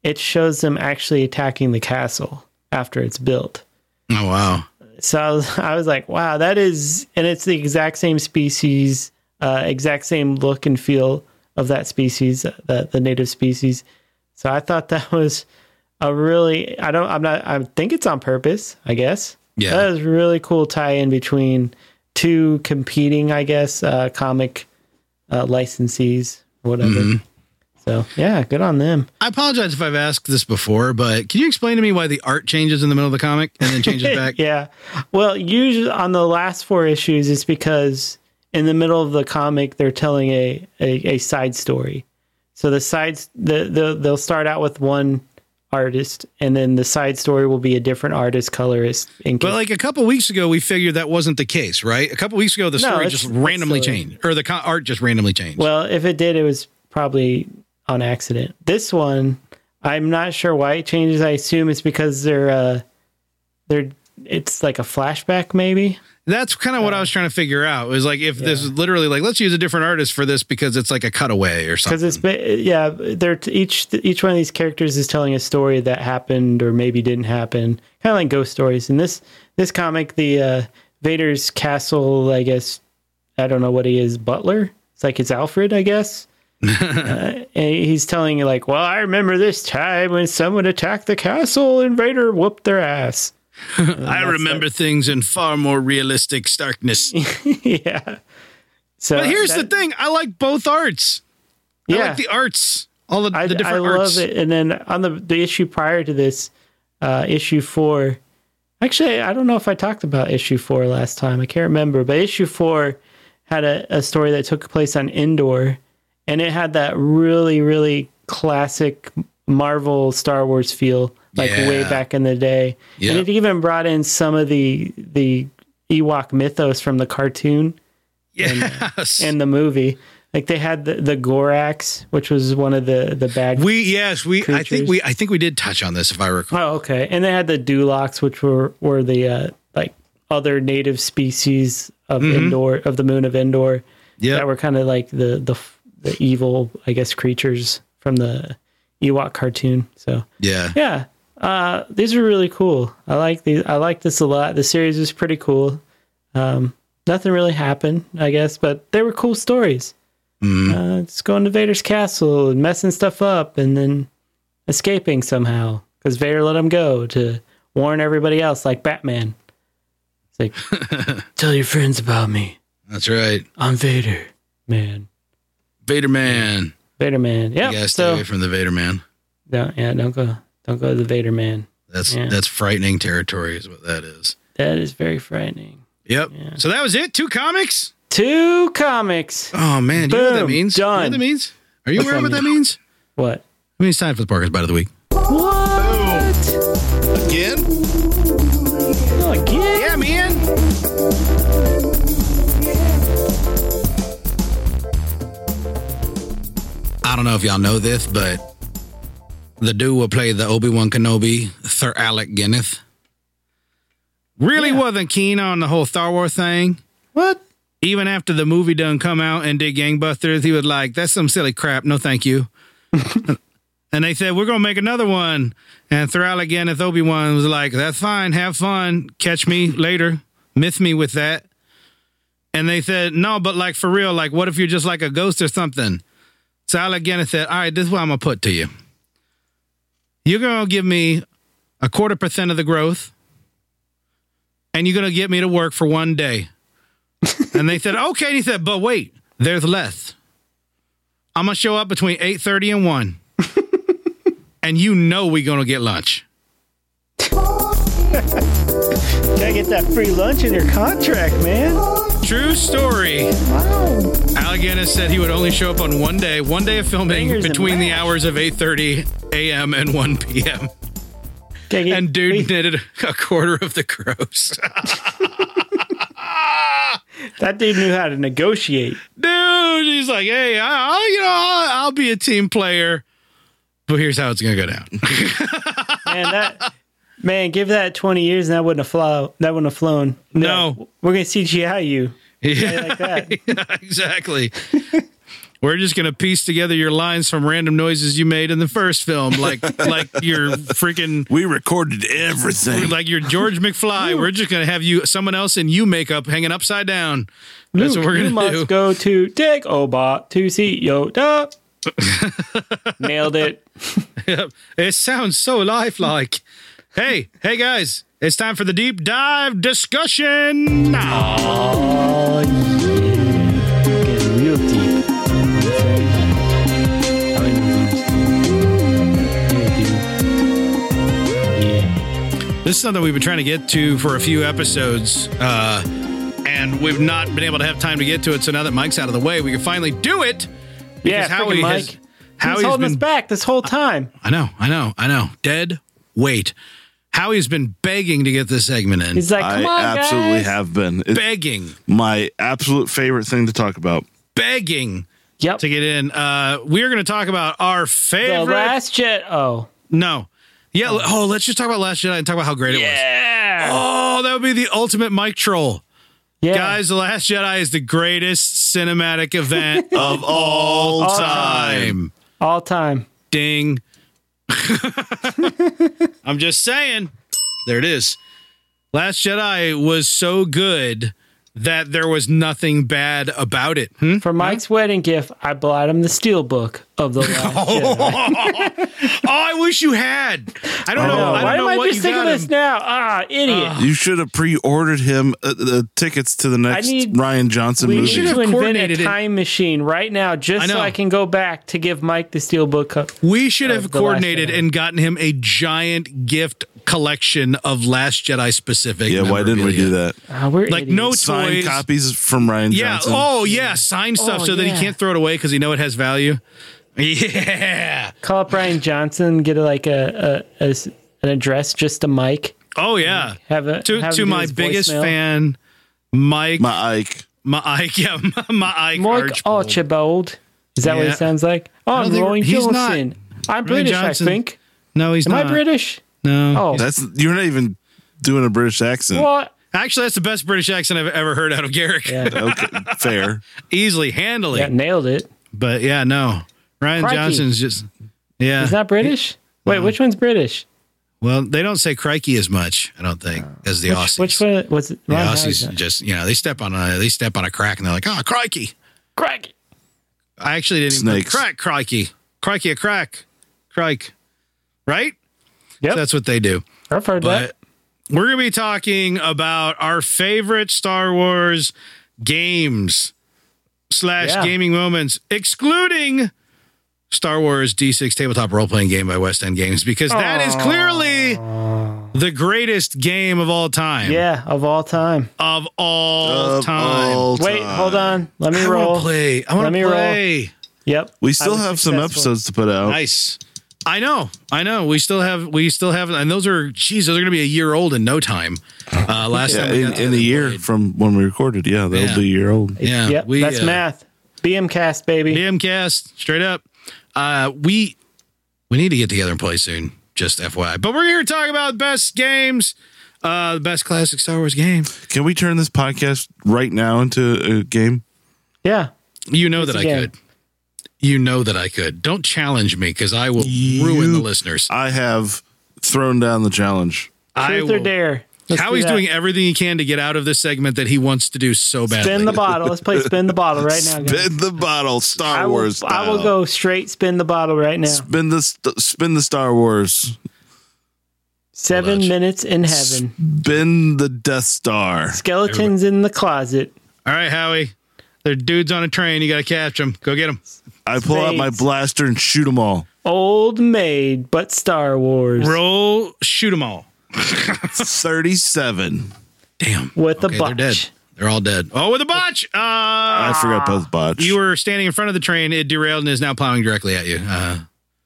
it shows them actually attacking the castle after it's built. oh wow. So I was, I was like, wow, that is, and it's the exact same species, uh, exact same look and feel of that species, uh, the, the native species. So I thought that was a really, I don't, I'm not, I think it's on purpose, I guess. Yeah. That was a really cool tie in between two competing, I guess, uh, comic uh, licensees, whatever. So yeah, good on them. I apologize if I've asked this before, but can you explain to me why the art changes in the middle of the comic and then changes back? Yeah. Well, usually on the last four issues, it's because in the middle of the comic, they're telling a, a, a side story. So the sides, the, the, they'll start out with one artist, and then the side story will be a different artist, colorist, and But like a couple weeks ago, we figured that wasn't the case, right? A couple weeks ago, the No, story it's- uh, just it's randomly silly. changed, or the co- art just randomly changed. Well, if it did, it was probably on accident. This one, I'm not sure why it changes. I assume it's because they're uh they're it's like a flashback maybe. That's kind of what I was trying to figure out. Was like if this is literally like let's use a different artist for this because it's like a cutaway or something. Cuz it's ba- yeah, they're each each one of these characters is telling a story that happened or maybe didn't happen. Kind of like ghost stories. In this this comic, the uh Vader's castle, I guess I don't know what he is, butler. It's like it's Alfred, I guess. Uh, and he's telling you like, "Well, I remember this time when someone attacked the castle and Vader whooped their ass." I remember things in far more realistic starkness. yeah. So But here's that- the thing: I like both arts. I like the arts, all the, I, the I different love arts. it. And then on the the issue prior to this, uh, issue four. Actually, I don't know if I talked about issue four last time. I can't remember, but issue four had a, a story that took place on Endor, and it had that really really classic Marvel Star Wars feel, like way Yeah. back in the day. Yeah. And it even brought in some of the the Ewok mythos from the cartoon Yes, and the movie. Like they had the, the Gorax, which was one of the the bad we yes we. I think Creatures. we I think we did touch on this if I recall. Oh, okay. And they had the Dulocs, which were were the uh, like other native species of Endor of the moon of Endor that Yeah, were kind of like the the f- the evil, I guess, creatures from the Ewok cartoon. So yeah. yeah, uh, these are really cool. I like these. I like this a lot. The series was pretty cool. Um, nothing really happened, I guess, but they were cool stories. Uh, just going to Vader's castle and messing stuff up, and then escaping somehow because Vader let him go to warn everybody else, like Batman. It's like, tell your friends about me. That's right. I'm Vader, man. Vader man. Vader man. You Yeah. gotta stay So away from the Vader man. don't, yeah, don't go, don't go to the Vader man. That's Yeah. that's frightening territory, is what that is. That is very frightening. Yep. So that was it. Two comics. Two comics. Oh man, do you know what that Boom, means? You know what done. that means? Are you aware of what that means? What? I mean, it's time for the Parker's bite of the week. What? Again? Again? Yeah, man. I don't know if y'all know this, but the dude who played the Obi Wan Kenobi, Sir Alec Guinness, really wasn't keen on the whole Star Wars thing. What? Even after the movie done come out and did Gangbusters, he was like, "That's some silly crap. No, thank you." and they said, "We're gonna make another one." And Sir Alec Guinness, Obi Wan, was like, "That's fine. Have fun. Catch me later. Miss me with that." And they said, no, but like for real, like what if you're just like a ghost or something? So Alec Guinness said, all right, this is what I'm going to put to you. You're going to give me a quarter percent of the growth and you're going to get me to work for one day. and they said, okay. And he said, but wait, there's less. I'm going to show up between 8.30 and 1. and you know we're going to get lunch. Gotta get that free lunch in your contract, man. True story. Wow. Allegheny said he would only show up on one day, one day of filming Fingers and between the mash. hours of 8:30 a.m. and 1 p.m. Gotta get And dude free- knitted a quarter of the gross. that dude knew how to negotiate. dude, he's like, "Hey, I, I'll, you know, I'll, I'll be a team player." But here's how it's going to go down. Man, that man, give that twenty years and that wouldn't have flown. That wouldn't have flown. No. we're gonna CGI you Yeah, like that. exactly. We're just going to piece together your lines from random noises you made in the first film, like like your freaking We recorded everything. like you're George McFly. We're just gonna have you someone else in you makeup hanging upside down. That's Luke, what we're you gonna must do. go to Dick Obot to see Yoda. Nailed it. It sounds so lifelike. hey, hey guys, it's time for the deep dive discussion. Oh yeah, getting real deep. This is something we've been trying to get to for a few episodes, uh, and we've not been able to have time to get to it. So now that Mike's out of the way, we can finally do it. Yeah, Howie freaking Mike. has Howie's He's holding us been- back this whole time. I know, I know, I know. Dead weight. Howie's been begging to get this segment in. He's like, I come on, absolutely guys. have been. It's begging, my absolute favorite thing to talk about. begging Yep. to get in. Uh, we're going to talk about our The favorite. last jet. Oh, no. Yeah. l- Oh, let's just talk about Last Jedi and talk about how great it was. yeah, Oh, that would be the ultimate mic troll. yeah. Guys, The Last Jedi is the greatest cinematic event of all time. all time. Ding. I'm just saying. There it is. Last Jedi was so good that there was nothing bad about it. Hmm? For Mike's wedding gift, I bought him the steel book of the last Oh, Jedi. I wish you had. I don't No, know. I Oh, why don't know am I what just you thinking got of this him. now? Ah, idiot. You should have pre-ordered him uh, the tickets to the next need- Ryan Johnson we movie. need have to invent coordinated a it. time machine right now I just so know. I can go back to give Mike the steel book. of- We should have The Last coordinated Jedi. and gotten him a giant gift collection of Last Jedi specific. yeah, why didn't we memorabilia. do that? Ah, we're Like, idiots. no Signed Toys. copies from Ryan Yeah. Johnson. Oh, yeah. Sign stuff Oh, so that he yeah. can't throw it away because he know it has value. Yeah. Call up Brian Johnson, get like a, a, a s- an address just to Mike. Oh yeah. Have a To have to him do my his biggest voicemail. fan, Mike. My, my Ike. Ike. Yeah. My, my Ike. Mike oh, Archbold. Archibald. Is that what Yeah. he sounds like? Oh, don't I'm think- Rowan he's not. Johnson. I'm British, Johnson. I think. No, he's Am not. I British? No. Oh, That's you're not even doing a British accent. what? Actually, that's the best British accent I've ever heard out of Garrick. Okay, fair. Easily, handily. Yeah, nailed it. But yeah, no. Ryan Crikey. Johnson's just. Yeah. He's not British? Wait, which one's British? well, they don't say crikey as much, I don't think, as the Aussies. Uh, Which one was it? The Ron Howard's Aussies not- just, you know, they step on a they step on a crack and they're like, oh, crikey. Craig. I actually didn't even Snakes. crack crikey. Crikey a crack. Crike. Right? Yep. That's what they do. I've heard But that. we're gonna be talking about our favorite Star Wars games slash Yeah. gaming moments, excluding Star Wars D6 tabletop role playing game by West End Games, because that is clearly the greatest game of all time. Yeah, of all time. Of all Of time. all Wait, time. hold on. Let me uh, I roll. want to play. I want Let to me roll. play. Yep. We I still was have some successful. episodes to put out. Nice. I know. I know. We still have. We still have. And those are. Geez, those are going to be a year old in no time. Uh, last Yeah, time we in, got in a year from when we recorded. Yeah, that'll Yeah. be a year old. Yeah. Yep. we, that's uh, math. BM cast, baby. DM cast straight up. Uh, we we need to get together and play soon. Just FYI. But we're here to talk about best games. Uh, the best classic Star Wars game. Can we turn this podcast right now into a game? Yeah. You know that a I game. could. You know that I could. Don't challenge me because I will ruin the listeners. I have thrown down the challenge. I Truth or will. dare. Let's How do he's that. doing everything he can to get out of this segment that he wants to do so badly. Spin the bottle. Let's play spin the bottle right now. Guys. Spin the bottle, Star I will, Wars. I will style. go straight spin the bottle right now. Spin the st- spin the Star Wars. Seven on. minutes in heaven. Spin the Death Star. Skeletons in the closet. All right, Howie. They're dudes on a train. You got to catch them. Go get them. I pull out my Spades. blaster and shoot them all. Old maid, but Star Wars. Roll, shoot them all. Thirty-seven. Damn. With a They're dead. botch. They're all dead. Oh, with a botch. Uh, I forgot both botch. you were standing in front of the train. It derailed and is now plowing directly at you. Uh,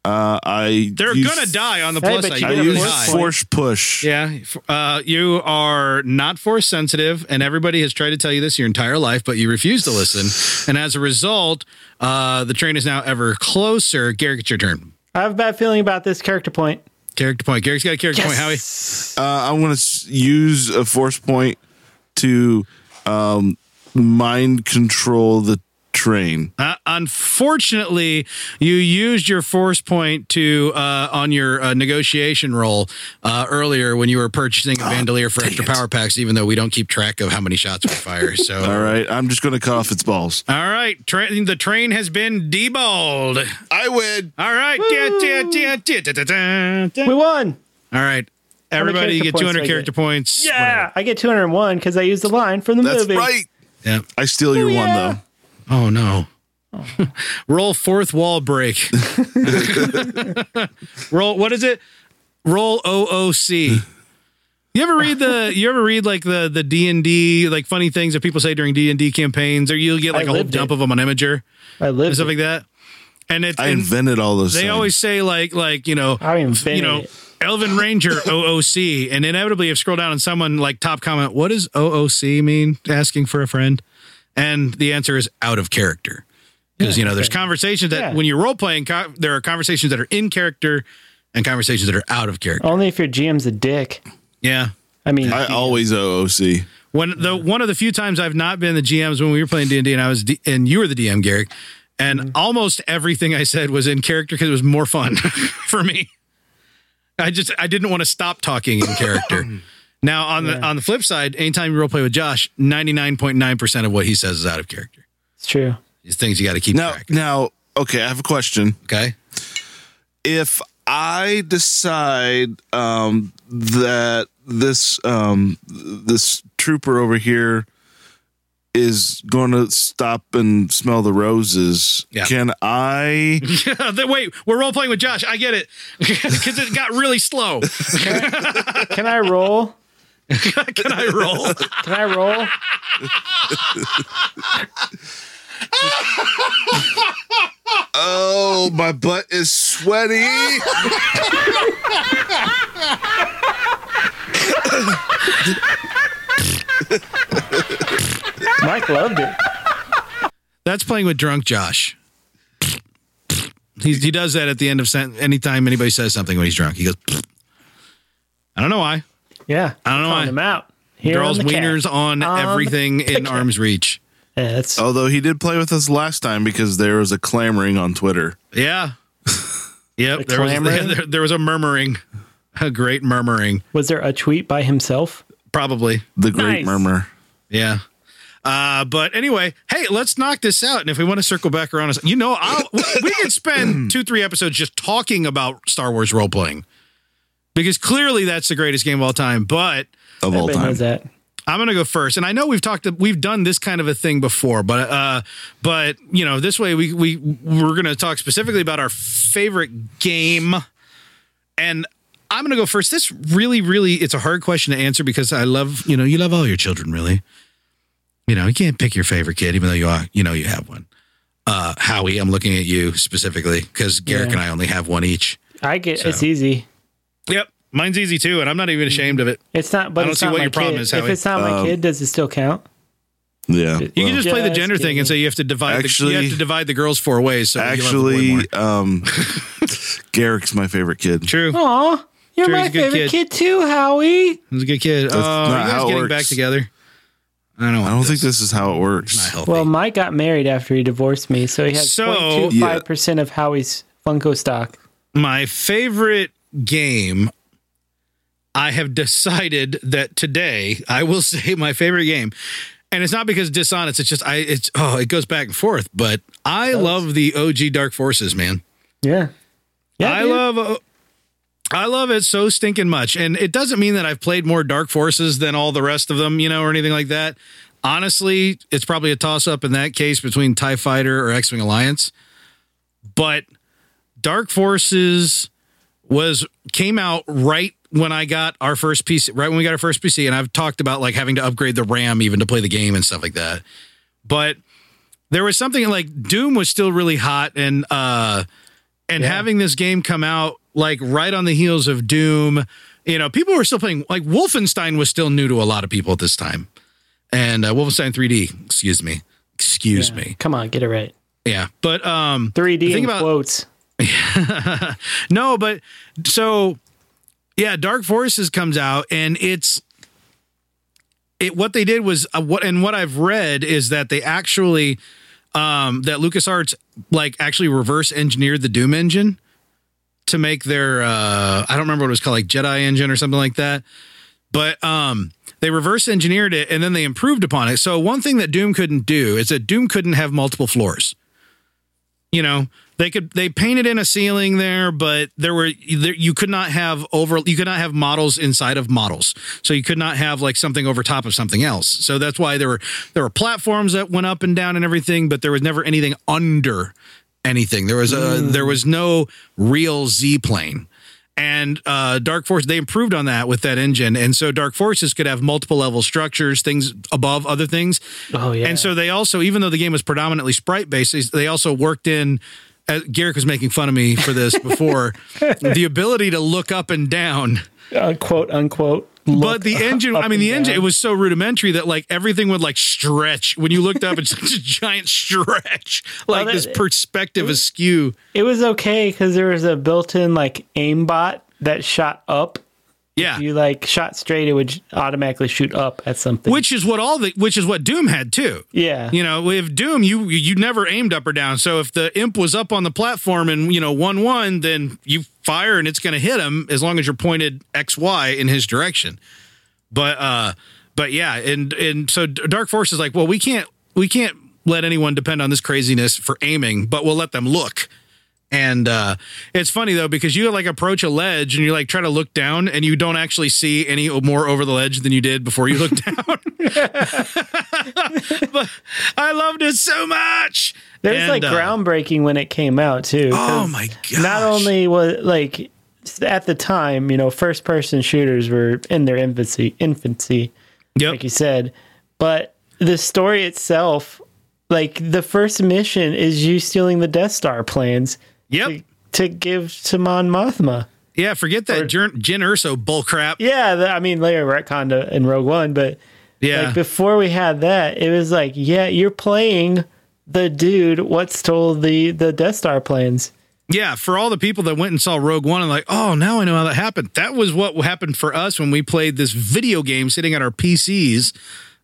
uh, I. they're used- going to die on the Hey, plus but side. you I You're get a gonna used plus die. point. force push. Yeah. f- Uh, you are not force sensitive, and everybody has tried to tell you this your entire life, but you refuse to listen. And as a result, uh, the train is now ever closer. Garrick, it's your turn. I have a bad feeling about this character point. Character point. Garrick's got a character point. Howie. Uh, I'm going to use a force point to um, mind control the train. Uh, unfortunately, you used your force point to uh, on your uh, negotiation roll uh, earlier when you were purchasing a Ah, bandolier for extra power packs. Even though we don't keep track of how many shots we fire, so All right, I'm just going to cut off its balls. all right, train the train has been deballed. I win. All right, da- da- da- da- da- da- da. We won. all right, everybody, you character get two points do I hundred get? character points. Yeah. I get 201 because I used the line from the That's movie. right. Whatever. Yeah. I steal your yeah. one Oh no. Roll fourth wall break. Roll what is it? Roll OOC. You ever read the you ever read like the the D&D like funny things that people say during D&D campaigns or you'll get like I a whole lived dump it. of them on Imager I and lived. stuff it. like that? and it's I and invented all those. they things. always say like like you know I invented you know it. Elvin Ranger OOC and inevitably if scroll down and someone like top comment what does OOC mean asking for a friend and the answer is out of character because you know there's conversations that Yeah. when you're role playing co- there are conversations that are in character and conversations that are out of character Only if your GM's a dick. yeah I mean, I always OOC. when the one of the few times I've not been the GMs when we were playing D and D and I was D- and you were the DM Garrick and almost everything I said was in character because it was more fun for me. I just I didn't want to stop talking in character. now on the on the flip side, anytime you role play with Josh, ninety nine point nine percent of what he says is out of character. it's true. These things you got to keep Now, track. now, okay. I have a question. Okay, if I decide um, that this um, this trooper over here is going to stop and smell the roses, Yeah. can I? The- wait, we're role playing with Josh. I get it because it got really slow. Can I roll? Can I roll? Can I roll? oh, my butt is sweaty. Mike loved it. That's playing with drunk Josh. He's, he does that at the end of sen- anytime anybody says something when he's drunk. He goes, I don't know why. Yeah. I don't know Calling why. him out. Here Girls' on the cat. wieners on On the everything in arm's reach. Yeah, that's Although he did play with us last time because there was a clamoring on Twitter. Yeah. Yep. There was, clamoring? there, there was a murmuring, a great murmuring, was there a tweet by himself? probably. The Nice. great murmur. Yeah. Uh, but anyway, hey, let's knock this out. And if we want to circle back around, you know, I'll, we could spend two, three episodes just talking about Star Wars role playing because clearly that's the greatest game of all time. But Of all Everybody time, knows that. I'm gonna go first, and I know we've talked, we've done this kind of a thing before, but uh, but you know, this way we we we're gonna talk specifically about our favorite game, and I'm gonna go first. This really, really, it's a hard question to answer because I love you know you love all your children really, you know you can't pick your favorite kid even though you are you know you have one. Uh, Howie, I'm looking at you specifically because Garrick Yeah. and I only have one each. I get it's easy. Yep, mine's easy too, and I'm not even ashamed of it. It's not. But I don't it's see not what my your problem kid. is, If Howie. it's not my Um, kid, does it still count? yeah. You can just play the Just gender thing and kidding. say you have to divide. the, Actually- you have to divide the girls four ways. So you'll have one more. actually, um, Garrick's my favorite kid. true. Aw, Sure, you're he's my a good kid. favorite kid. too, Howie. He's a good kid. Oh, you not guys how it getting works. back together? I don't. I Want don't this. think this is how it works. Not healthy. Well, Mike got married after he divorced me, so he has So- 0.25 percent of Howie's Funko stock. my favorite game. I have decided that today I will say my favorite game, and it's not because dishonest. It's just I. It's oh, it goes back and forth. But I love the OG Dark Forces, man. Yeah, yeah. I dude. love. uh, I love it so stinking much, and it doesn't mean that I've played more Dark Forces than all the rest of them, you know, or anything like that. Honestly, it's probably a toss up in that case between Tie Fighter or X Wing Alliance, but Dark Forces was came out right when I got our first PC, right when we got our first PC, and I've talked about like having to upgrade the RAM even to play the game and stuff like that. But there was something like Doom was still really hot, and uh, and having this game come out like right on the heels of Doom, you know, people were still playing. Like Wolfenstein was still new to a lot of people at this time, and uh, Wolfenstein 3D. Excuse me, excuse me. Come on, get it right. Yeah, but um, 3D in Think about- quotes. no, but so yeah, Dark Forces comes out and it's it what they did was uh, what and what I've read is that they actually um that LucasArts like actually reverse engineered the Doom engine to make their uh I don't remember what it was called like Jedi engine or something like that. But um they reverse engineered it and then they improved upon it. So one thing that Doom couldn't do is that Doom couldn't have multiple floors you know they could they painted in a ceiling there but there were there, you could not have over you could not have models inside of models so you could not have like something over top of something else so that's why there were there were platforms that went up and down and everything but there was never anything under anything there was a there was no real z plane and uh, Dark Force, they improved on that with that engine, and so Dark Forces could have multiple level structures, things above other things, Oh yeah. and so they also, even though the game was predominantly sprite based, they also worked in uh, Garrick was making fun of me for this before. the ability to look up and down, uh, quote unquote. but the engine. I mean, the engine. It was so rudimentary that like everything would like stretch when you looked up. It's such a giant stretch, like that- this perspective askew. It was okay because there was a built-in like aimbot that shot up. Yeah, You like shot straight, it would j- automatically shoot up at something. which is what all the which is what Doom had too. yeah, You know, with Doom, you you never aimed up or down. So if the imp was up on the platform and you know one one, then you fire and it's going to hit him as long as you're pointed X Y in his direction. But uh, but yeah, and and so D- Dark Force is like, well, we can't we can't let anyone depend on this craziness for aiming, but we'll let them look. And uh, it's funny though because you like approach a ledge and you like try to look down and you don't actually see any more over the ledge than you did before you looked down. but I loved it so much. there's And, like uh, groundbreaking when it came out too. 'cause Oh my god! Um, Not only was like at the time, you know, first-person shooters were in their infancy, infancy, like yep. you said, but the story itself, like the first mission is you stealing the Death Star plans yep. to give to Mon Mothma. Yeah, forget that Jern- Jin Urso bull crap. Yeah, the, I mean later retconned to- in Rogue One, but Yeah. like before we had that, it was like, yeah, you're playing the dude what stole the the Death Star plans. Yeah, for all the people that went and saw Rogue One and like, oh, now I know how that happened. That was what happened for us when we played this video game sitting at our PCs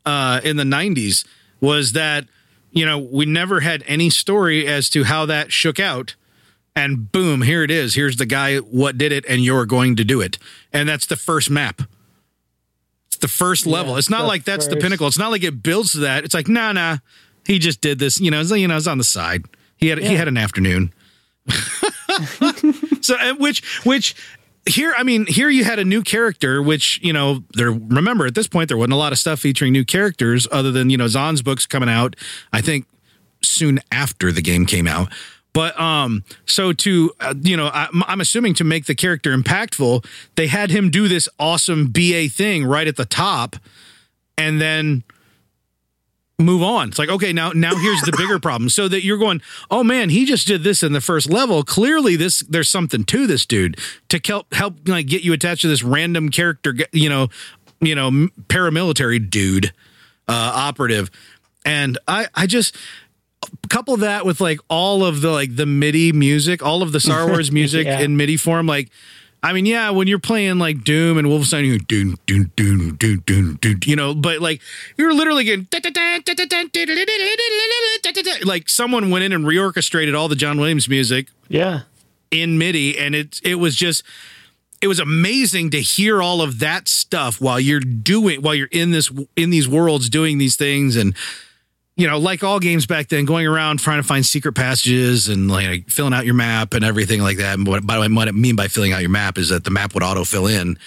uh, in the '90s. Was that you know we never had any story as to how that shook out, and boom, here it is. Here's the guy what did it, and you're going to do it, and that's the first map. It's the first level. it's not the like that's the first- pinnacle. It's not like it builds to that. It's like nah, nah. He just did this. You know, it's, you know, it's on the side. He had he had an afternoon. So and which which here I mean here you had a new character which you know there remember at this point there wasn't a lot of stuff featuring new characters other than you know Zahn's books coming out I think soon after the game came out but um so to uh, you know I, I'm assuming to make the character impactful they had him do this awesome BA thing right at the top and then move on. It's like, okay, now now here's the bigger problem. So that you're going, oh man, he just did this in the first level. Clearly, this there's something to this dude to help help like get you attached to this random character, you know, you know, m- paramilitary dude, uh, operative. And I I just couple that with like all of the like the MIDI music, all of the Star Wars music Yeah. in MIDI form, like. I mean, yeah, when you're playing like Doom and Wolfenstein, you doom, doom, doom, doom, doom, doom, you know, but like you're literally getting like someone went in and reorchestrated all the John Williams music Yeah. in MIDI, and it it was just it was amazing to hear all of that stuff while you're doing while you're in this in these worlds doing these things and you know like all games back then going around trying to find secret passages and like filling out your map and everything like that and what, by the way, what i mean by filling out your map is that the map would auto fill in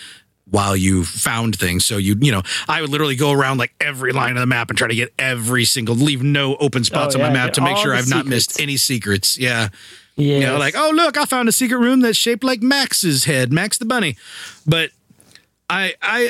while you found things so you you know i would literally go around like every line of the map and try to get every single leave no open spots Oh, on my yeah, map to make all sure the i've not missed secrets. any secrets yeah Yeah. you know, like, oh look, I found a secret room that's shaped like Max's head, Max the bunny. But I I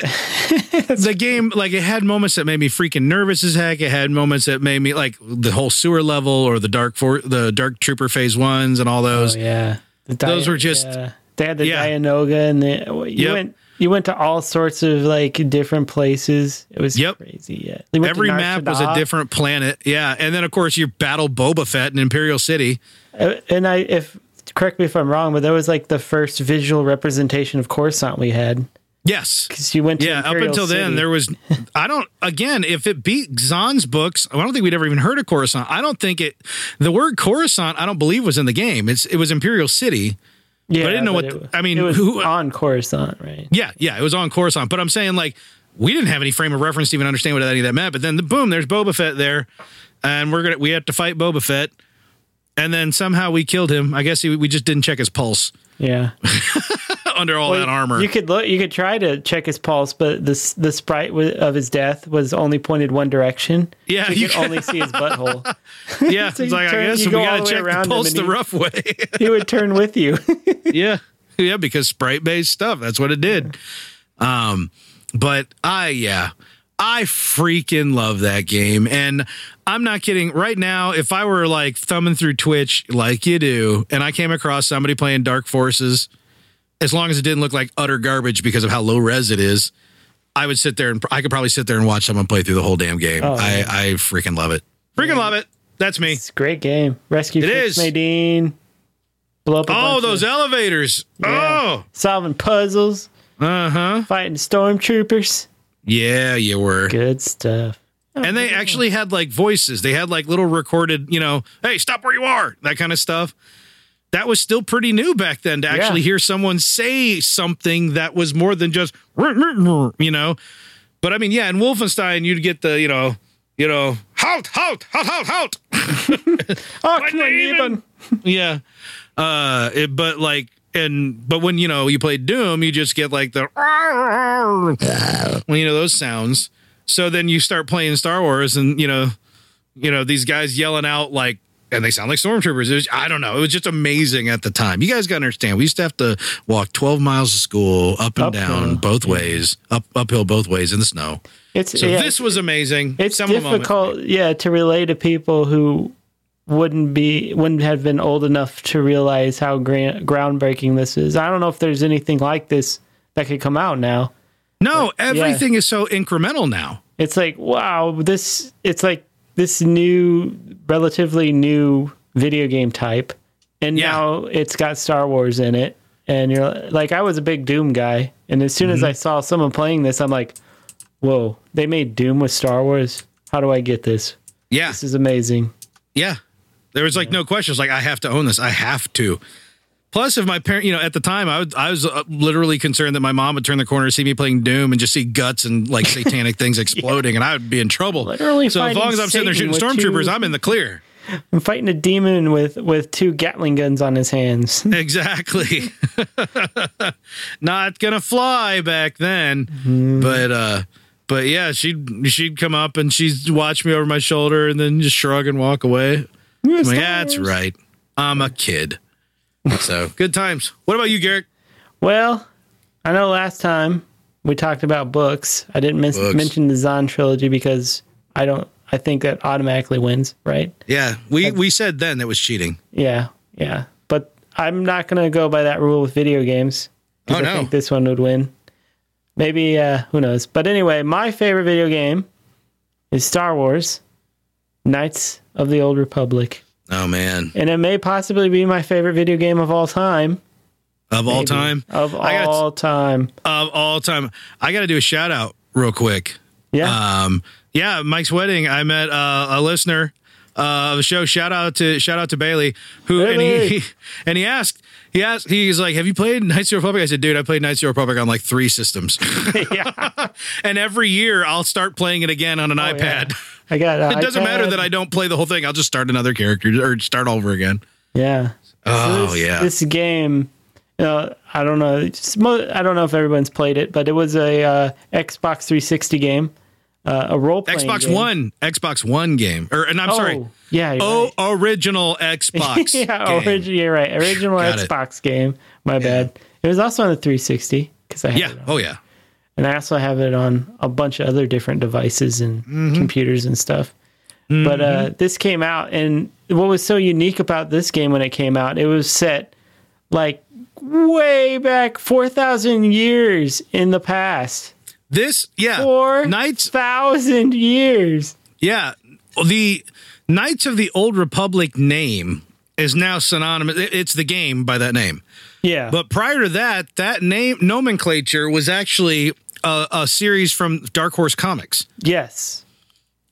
the game like it had moments that made me freaking nervous as heck. It had moments that made me like the whole sewer level or the dark for the dark trooper phase ones and all oh, those. yeah. The Those Dia- were just- yeah. They had the yeah. Dianoga and the, you Yep. went you went to all sorts of like different places. It was Yep. crazy. Yeah. They went to Every map was a Narshada. different planet. Yeah. And then of course you battle Boba Fett in Imperial City. Uh, and I if correct me if I'm wrong, but that was like the first visual representation of Coruscant we had. Yes. Because you went to Yeah, Imperial up until City. then, there was. I don't. Again, if it beat Zahn's books, I don't think we'd ever even heard of Coruscant. I don't think it. The word Coruscant, I don't believe was in the game. It's it was Imperial City. yeah, I didn't know but what- it- I mean, it was who- on Coruscant, right? Yeah, yeah, it was on Coruscant. But I'm saying like we didn't have any frame of reference to even understand what any of that meant. But then the boom, there's Boba Fett there, and we're gonna we have to fight Boba Fett, and then somehow we killed him. I guess he, we just didn't check his pulse Yeah. under all that armor. You could look. You could try to check his pulse, but this the sprite wa- of his death was only pointed one direction. Yeah, so you, you could can- only see his butthole. yeah, so it's you like turn- I guess you we go all gotta the way check around the him pulse and the he- rough way. he would turn with you. yeah yeah because sprite based stuff that's what it did um but i yeah I freaking love that game. And I'm not kidding. Right now, if I were like thumbing through Twitch like you do, and I came across somebody playing Dark Forces, as long as it didn't look like utter garbage because of how low res it is, I would sit there and I could probably sit there and watch someone play through the whole damn game. I, I freaking love it. Freaking love it. That's me. It's Oh, a great game. Rescue It is. Fix Nadine. Blow up a Oh, bunch those of, elevators. Oh, solving puzzles, uh huh. fighting stormtroopers. Yeah, you were. Good stuff. And they actually had like voices. They had like little recorded, you know, hey, stop where you are, that kind of stuff. That was still pretty new back then to actually hear someone say something that was more than just, you know. But I mean, yeah, in Wolfenstein, you'd get the, you know, you know, halt, halt, halt, halt, halt. Oh, Like they even- yeah. Uh, it, but like, and but when you know you play Doom, you just get like the well, you know those sounds. So then you start playing Star Wars, and you know, you know these guys yelling out like, and they sound like stormtroopers. It was, I don't know. It was just amazing at the time. You guys got to understand. We used to have to walk twelve miles to school, up and Uphill. down both ways, up uphill both ways in the snow. It's So yeah, this was amazing. it's Seminal moment. difficult, yeah, to relate to people who wouldn't be wouldn't have been old enough to realize how gran- groundbreaking this is. I don't know if there's anything like this that could come out now. No, everything is so incremental now. It's like wow, this it's like this new, relatively new video game type, and Yeah. now it's got Star Wars in it. And you're like, I was a big Doom guy, and as soon as I saw someone playing this, I'm like, whoa, they made Doom with Star Wars. How do I get this? Yeah. This is amazing. Yeah. There was like no questions. Like I have to own this. I have to. Plus, if my parent, you know, at the time, I, would, I was uh, literally concerned that my mom would turn the corner, see me playing Doom, and just see guts and like satanic things exploding, and I would be in trouble. Literally So as long fighting as I'm sitting there Satan shooting with stormtroopers, two- I'm in the clear. I'm fighting a demon with with two Gatling guns on his hands. Exactly. Not gonna fly back then, Mm-hmm. but uh, but yeah, she'd she'd come up and she'd watch me over my shoulder and then just shrug and walk away. I'm like, yeah, that's right. I'm a kid. So good times. What about you, Garrick? Well, I know last time we talked about books. I didn't men- Books. mention the Zon trilogy because I don't. I think that automatically wins, right? Yeah, we we said then that was cheating. Yeah, yeah. But I'm not gonna go by that rule with video games. 'cause Oh, I no. think this one would win. Maybe uh, who knows? But anyway, my favorite video game is Star Wars: Knights of the Old Republic. Oh man, and it may possibly be my favorite video game of all time. of all time, Of I gotta- all time. of all time. I got to do a shout out real quick. Yeah. Um, yeah, Mike's wedding. I met uh, a listener uh, of the show. Shout out to shout out to Bailey, who and he Bailey! and he asked. He asked. He's like, "Have you played Knights of the Republic?" I said, "Dude, I played Knights of the Republic on like three systems, yeah. and every year I'll start playing it again Oh, on an iPad." I got It doesn't matter that I don't play the whole thing. I'll just start another character or start all over again. Yeah. Oh yeah, This game you know, I don't know. it's mo- I don't know if everyone's played it, but it was a uh, Xbox 360 game, uh, a role playing Xbox One, Xbox One game, or and I'm Oh, sorry, yeah. you're oh right. original Xbox. yeah. game. Origi- you're right. Original Got it. Xbox game. My bad. It was also on the 360 because I had yeah. it on. Oh yeah. and I also have it on a bunch of other different devices and computers and stuff. But uh, this came out, and what was so unique about this game when it came out, it was set like way back four thousand years in the past. This yeah. Four Uh, Knights thousand years. Yeah, the Knights of the Old Republic name is now synonymous. it- It's the game by that name. Yeah, But prior to that, that name nomenclature was actually a, a series from Dark Horse Comics, yes,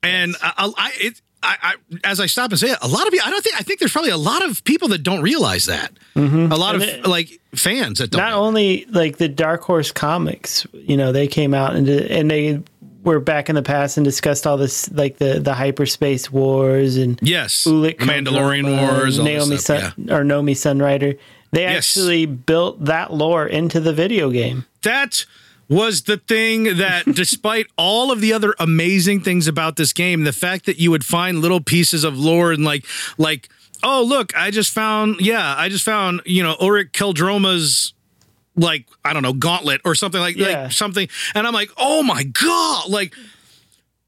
and I, I, I- it. I, I, as I stop and say it, a lot of people, I don't think, I think there's probably a lot of people that don't realize that. A lot of Mm-hmm. it- like fans that don't. not only like the Dark Horse comics, you know, they came out and and they were back in the past and discussed all this like the the hyperspace wars and yes. Ulick, the Mandalorian Kondroma, Wars, all uh, Naomi this stuff. yeah. Sun, or Nomi Sunrider. They Yes. actually built that lore into the video game. that was the thing that despite all of the other amazing things about this game the fact that you would find little pieces of lore and like like oh look i just found yeah i just found you know ulrich keldroma's like i don't know gauntlet or something like, Yeah. like something and i'm like oh my god like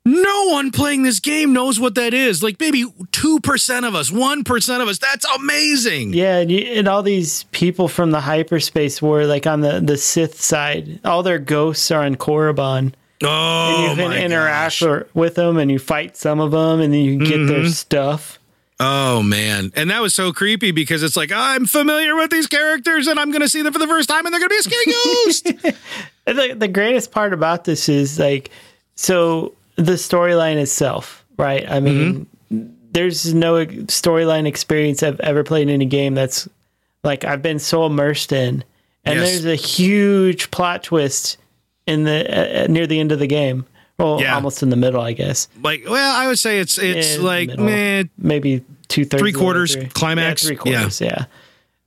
No one playing this game knows what that is. Like maybe 2% of us, 1% of us. That's amazing. Yeah, and, you, and all these people from the hyperspace war, like on the, the Sith side, all their ghosts are on Korriban. Oh, You can my interact gosh. Mm-hmm. or, with them, and you fight some of them, and then you get their stuff. Oh man. And that was so creepy because it's like, I'm familiar with these characters and I'm going to see them for the first time and they're going to be a scary ghost. And The, the greatest part about this is like, so the storyline itself, right? I mean, Mm-hmm. there's no ex- storyline experience I've ever played in a game that's like I've been so immersed in, and Yes. there's a huge plot twist in the uh, near the end of the game. Well, Yeah. almost in the middle, I guess. like, well, I would say it's it's in the like middle. meh, maybe two thirds, Three quarters, climax, yeah, three quarters, yeah.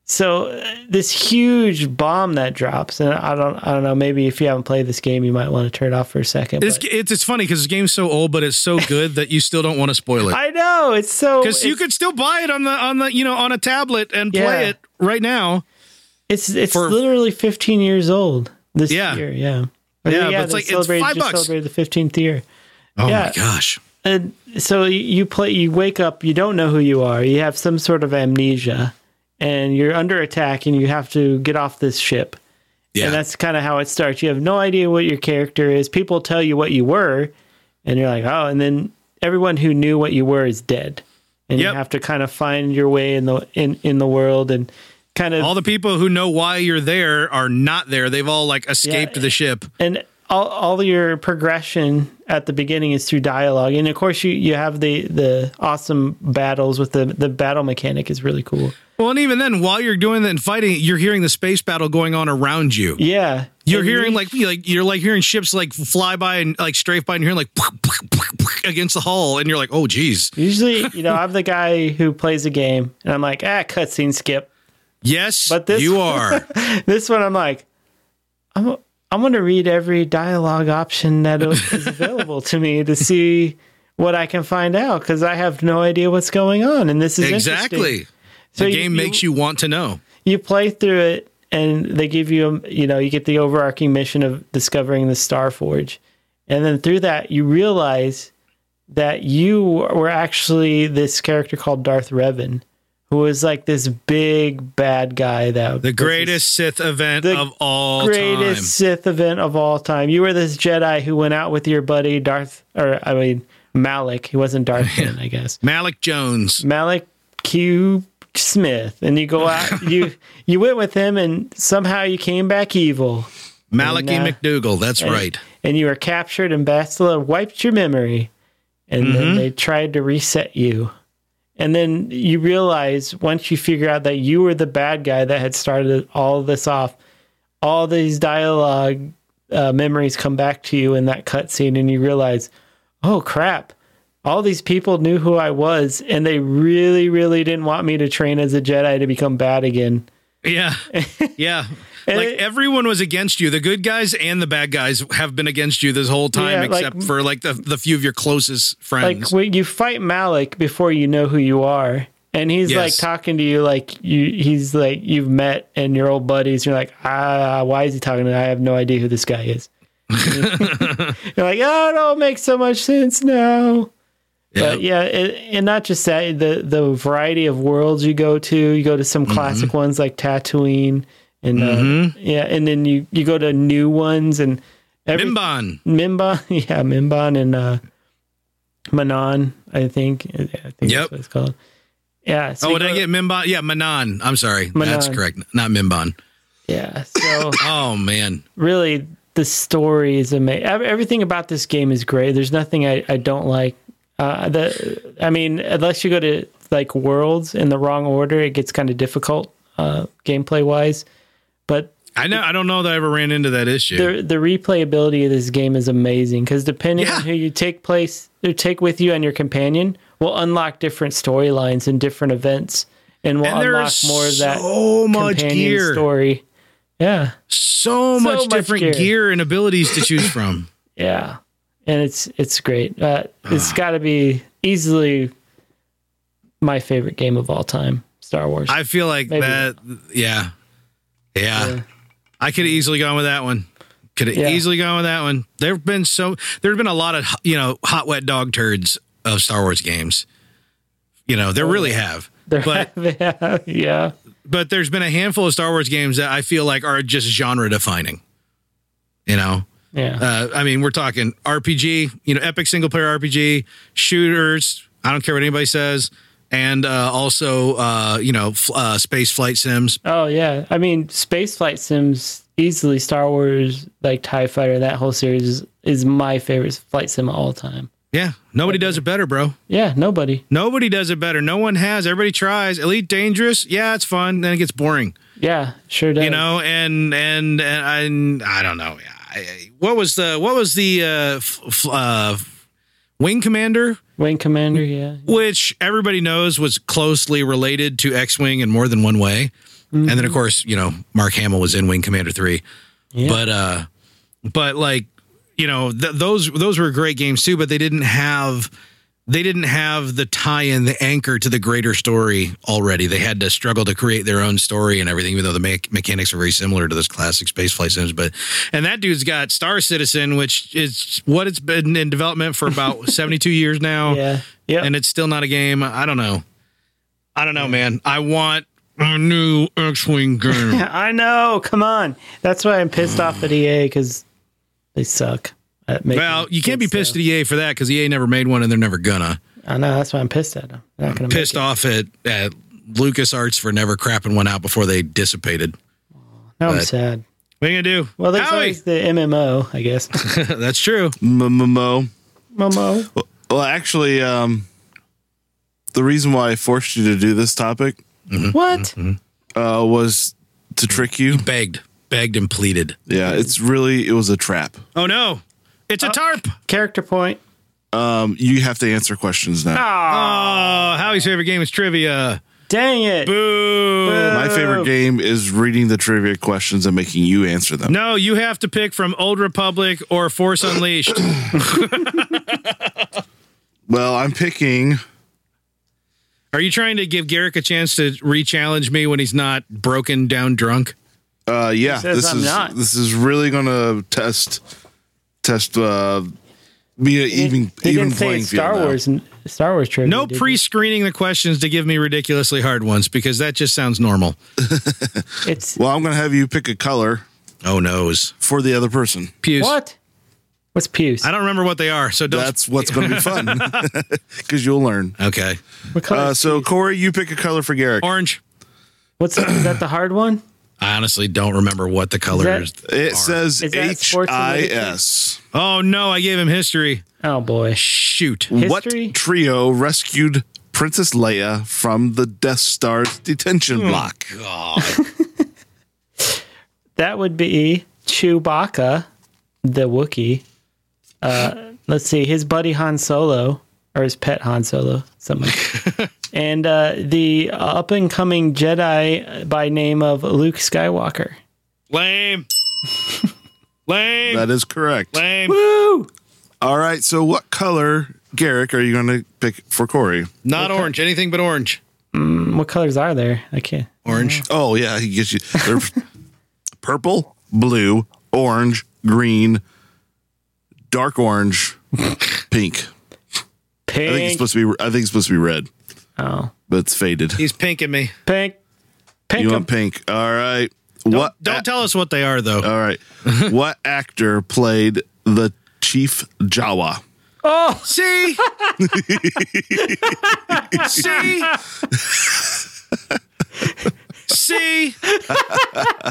So uh, this huge bomb that drops, and I don't, I don't know. Maybe if you haven't played this game, you might want to turn it off for a second. it's, but- it's it's funny because this game's so old, but it's so good that you still don't want to spoil it. I know it's so Because you it's- could still buy it on the on the you know on a tablet and Yeah. play it right now. It's it's for- literally 15 years old this Yeah. year. Yeah, Yeah, but it's they like- it's celebrated- five just bucks. Celebrated the 15th year. Oh Yeah. my gosh. And so you- you play, you wake up, you don't know who you are. You have some sort of amnesia, and you're under attack, and you have to get off this ship. Yeah. And that's kind of how it starts. You have no idea what your character is. People tell you what you were, and you're like, oh, and then everyone who knew what you were is dead. And Yep. you have to kind of find your way in the in, in the world and kind of all the people who know why you're there are not there. They've all like escaped Yeah. the ship. and all, all your progression at the beginning is through dialogue and of course you, you have the the awesome battles with the the battle mechanic is really cool Well, and even then, while you're doing that and fighting, you're hearing the space battle going on around you. yeah You're And hearing you- like you like you're like hearing ships like fly by and like strafe by, and you're hearing like against the hull, and you're like, oh geez, usually you know i'm the guy who plays a game and i'm like ah cutscene skip yes, But this- you are. this one i'm like i'm i'm going to read every dialogue option that is available to me to see what i can find out because i have no idea what's going on and this is interesting. exactly. So the you- game you- makes you want to know. you play through it and they give you you know you get the overarching mission of discovering the star forge and then through that you realize that you were actually this character called darth revan who was like this big bad guy that The greatest Sith event The of all greatest sith event of all time you were this jedi who went out with your buddy darth or i mean malik he wasn't darth Revan, i guess time. Malik Jones. Malik Q Smith, and you go out. you you went with him, and somehow you came back evil, Malachi And, uh, McDougal. That's right. and you were captured, and Bastila wiped your memory, and then they tried to reset you. And then you realize once you figure out that you were the bad guy that had started all this off, all these dialogue uh, memories come back to you in that cutscene, and you realize, oh crap, all these people knew who I was, and they really, really didn't want me to train as a Jedi to become bad again. Yeah. Yeah. like it- everyone was against you. The good guys and the bad guys have been against you this whole time, Yeah, like- except for like the, the few of your closest like friends. when you fight Malik before you know who you are, and he's like Yes. talking to you like you he's like you've met and your old buddies. You're like, ah, why is he talking to? Me? I have no idea who this guy is. you're like, oh, it all makes so much sense now. But uh, yeah, it, and not just that the the variety of worlds you go to. You go to some Mm-hmm. classic ones like Tatooine, and uh, yeah, and then you you go to new ones and every, Mimban. Mimban, yeah, Mimban and uh, Manon, I think. I Yep. think that's what it's called. Yeah. So Oh, you did I go- get Mimban? Yeah, Manon. I'm sorry. That's Manon. correct. Not Mimban. Yeah. So Oh, man. really, the story is amazing. Everything about this game is great. There's nothing I, I don't like. Uh, the I mean, unless you go to like worlds in the wrong order, it gets kind of difficult uh, gameplay wise. But I know. I don't know that I ever ran into that issue. the the replayability of this game is amazing because depending on Yeah. who you take place or take with you and your companion will unlock different storylines and different events and will and unlock there's more of that so much companion gear, story. Yeah, so, much much different gear. gear. and abilities to choose from. yeah, and it's it's great. Uh, Ah. it's got to be easily my favorite game of all time, Star Wars. I feel like Maybe. that. Yeah. yeah, Yeah. I could have easily gone with that one Could have Yeah. easily gone with that one. There've been so there's been a lot of you know hot wet dog turds of Star Wars games. You know Oh, there really have, There but have- yeah. but there's been a handful of Star Wars games that I feel like are just genre defining. You know, Yeah. uh, I mean, we're talking RPG, you know, epic single player RPG, shooters. I don't care what anybody says, and uh, also uh, you know, f- uh, space flight sims. oh yeah. I mean, spaceflight sims easily Star Wars like Tie Fighter that whole series is, is my favorite flight sim of all time. Yeah, nobody does it better, bro. Yeah. Nobody. Nobody does it better. No one has. Everybody tries. Elite Dangerous. Yeah, it's fun. Then it gets boring. Yeah. Sure does. You know, and and and I, I don't know. I- I, what was the what was the uh, f- f- uh, Wing Commander, Wing Commander. Yeah. which everybody knows was closely related to X Wing in more than one way. And then of course, you know, Mark Hamill was in Wing Commander three. But uh, but like you know, th- those those were great games too. But they didn't have they didn't have the tie-in, the anchor to the greater story already. They had to struggle to create their own story and everything, even though the me- mechanics are very similar to those classic space flight sims. But and that dude's got Star Citizen, which is what it's been in development for about seventy-two years now, Yeah. Yeah. and it's still not a game. I don't know. I don't know, man. I want a new X-wing game. I know. Come on. That's why I'm pissed off at EA because they suck. at making well, you can't be good pissed stuff. at EA for that because EA never made one and they're never gonna. I know. That's why I'm pissed at them. They're not gonna pissed off at, at LucasArts for never crapping one out before they dissipated. Make, now I'm but- sad. What are you gonna do? Well, there's Howie! always the MMO, I guess. that's true. Mo. Momo. Well, actually, um, the reason why I forced you to do this topic Mm-hmm. What? uh, was to trick you. Begged, begged, and pleaded. Yeah, it's really it was a trap. Oh no, it's a tarp. Character point. Um, you have to answer questions now. Oh, Howie's favorite game is trivia. Dang it. Boo. My favorite game is reading the trivia questions and making you answer them. No, you have to pick from Old Republic or Force Unleashed. Well, I'm picking. Are you trying to give Garrick a chance to re-challenge me when he's not broken down drunk? Uh, yeah, says this I'm is not? this is really gonna test test uh, me an even They even didn't say playing it's Star field. now. Wars. n- Star Wars trivia. No did you? pre-screening the questions to give me ridiculously hard ones because that just sounds normal. It's Well, I'm gonna have you pick a color Oh noes. for the other person. Puce. what? What's Puce? I don't remember what they are, so don't That's what's gonna be fun because you'll learn. Okay. What color? Uh, so Corey, you pick a color for Garrick. Orange. What's is that? The hard one? I honestly don't remember what the color that- is. It says Is that H sports I related? S. Oh no, I gave him history. Oh boy. Shoot. What History? trio rescued Princess Leia from the Death Star's Hmm. detention block? That would be Chewbacca, the Wookiee. Uh, let's see, his buddy Han Solo, or his pet Han Solo, something like that. And uh, the up and coming Jedi by name of Luke Skywalker. Lame. Lame. That is correct. Lame. Woo! All right. So, what color, Garrick, are you going to pick for Corey? Not orange. Anything but orange. What colors are there? I can't. Orange. Oh, yeah. He gets you they're purple, blue, orange, green, dark orange, pink. I think it's Pink. supposed to be. I think it's supposed to be red, Oh. but it's faded. He's pinking me. Pink. Pink. You want pink? All right. what? Don't tell us what they are though. All right. what actor played the Chief Jawa? See? See? See?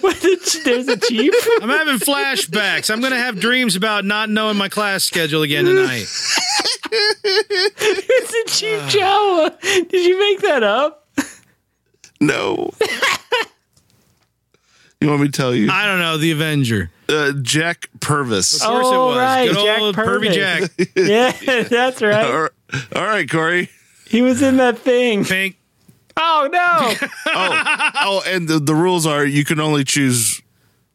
What the- There's a Jeep. I'm having flashbacks. I'm going to have dreams about not knowing my class schedule again tonight. It's a Jeep Jawa. Did you make that up? No. you want me to tell you? I don't know. The Avenger. Uh, Jack Purvis. Of course it Oh, was. right, Good Jack old Pervy Purvis. Jack. Yeah, that's right. All right, Corey. He was in that thing. Pink. Oh no! Oh, oh and the, the rules are you can only choose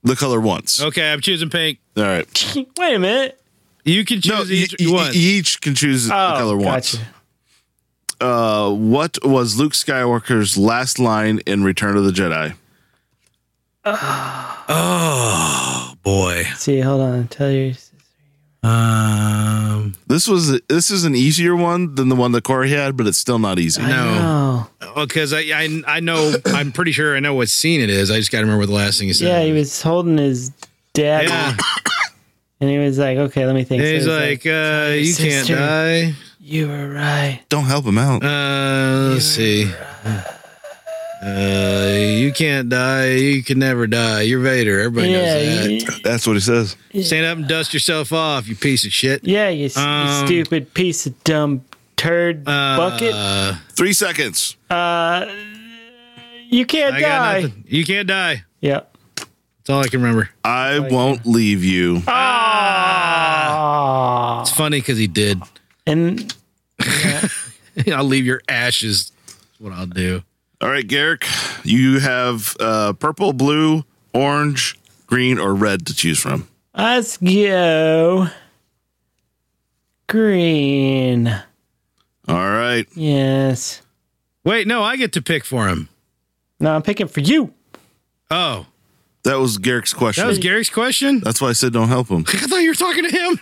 the color once. Okay, I'm choosing pink. All right. Wait a minute. Oh, You can No, choose you, each one. Oh, each can choose the color once. gotcha. Uh, what was Luke Skywalker's last line in Return of the Jedi? Oh boy. See, hold on. Tell your Um. This was this is an easier one than the one that Corey had, but it's still not easy. No. Oh, Because I, I I know I'm pretty sure I know what scene it is. I just got to remember the last thing he said. yeah. He was holding his dad, Yeah. and he was like, "Okay, let me think." And So he's it's like, uh, you can't sister. die. "You were right." Don't help him out. Uh, let's see. Uh, you can't die. You can never die. You're Vader. Everybody yeah, knows that. you, That's what he says. Stand up and dust yourself off, you piece of shit. yeah, you, s- you Um, stupid piece of dumb turd bucket. Uh, Uh, Three seconds. You can't I got die. nothing. You can't die. Yeah. That's all I can remember. I won't leave you. It's funny because he did. Ah. And I'll leave your ashes. That's what I'll do. All right, Garrick, you have uh, purple, blue, orange, green, or red to choose from. let's go green. All right. Yes. Wait, no, I get to pick for him. No, I'm picking for you. Oh, That was Garrick's question. that was Garrick's question. That's why I said don't help him. I thought you were talking to him.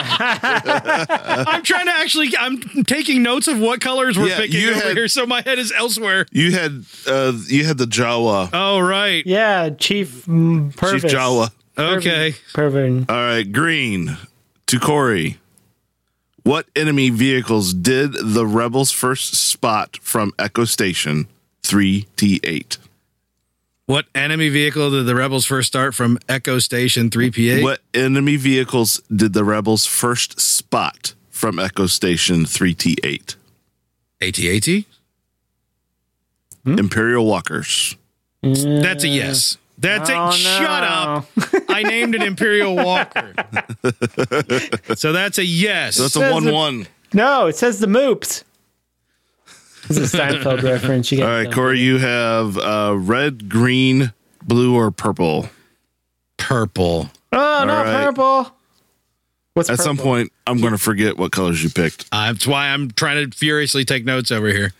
I'm trying to actually. I'm taking notes of what colors we're Yeah, picking you over had- here, so my head is elsewhere. You had uh, you had the Jawa, Oh right. Yeah, Chief mm, Purvis. Chief Jawa. Okay. Pervin. All right, green to Corey. What enemy vehicles did the rebels first spot from Echo Station 3T8? What enemy vehicle did the rebels first start from Echo Station 3PA? What enemy vehicles did the rebels first spot from Echo Station 3T8? AT-AT? Imperial walkers. That's a yes. That's Oh, a Shut up. I named an Imperial Walker. so that's a yes. That's a Says it- 1 1. No, it says the moops. This is a Seinfeld reference. You All right, Corey, you have uh, red, green, blue, or purple. purple. Oh, no, right. purple. What's At some purple? point, I'm going to forget what colors you picked. Uh, that's why I'm trying to furiously take notes over here.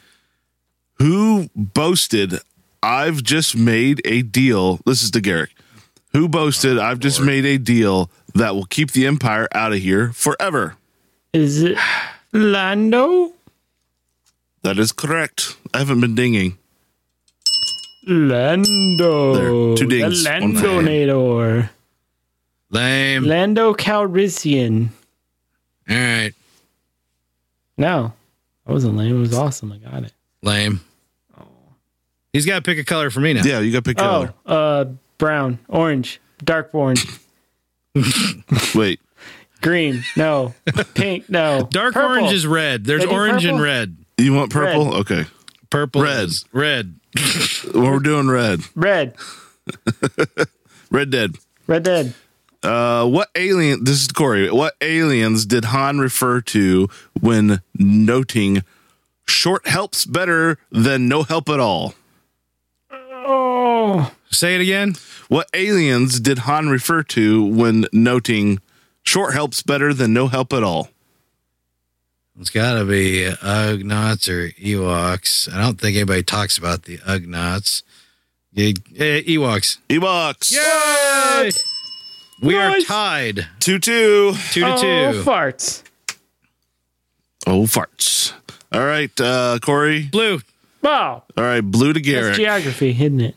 Who boasted, I've just made a deal? This is to Garrick. Who boasted, I've just made a deal that will keep the Empire out of here forever? Is it Lando? That is correct. I haven't been dinging. Lando. There, two dings, The one for Lando Nador. Lame. Lando Calrissian. All right. No, that wasn't lame. It was awesome. I got it. Lame. Oh. He's got to pick a color for me now. Yeah, you got to pick a color. Oh, uh, brown, orange, dark orange, Wait. green. No, pink. No, Dark Purple. orange is red. There's Maybe orange and purple? red. You want purple? Okay. Purple. Red. is Red. Well, we're doing red. red. Red Dead. Red Dead. Uh, what alien? This is Corey. What aliens did Han refer to when noting short helps better than no help at all? Oh, Say it again. What aliens did Han refer to when noting short helps better than no help at all? It's got to be Ugnaughts or Ewoks. I don't think anybody talks about the Ugnaughts. Eh, eh, Ewoks. Ewoks. Yay! We are Nice. tied Two two. two to oh, two. farts. Oh farts. All right, uh, Corey. Blue Wow, All right, blue to that's Garrett. geography, isn't it?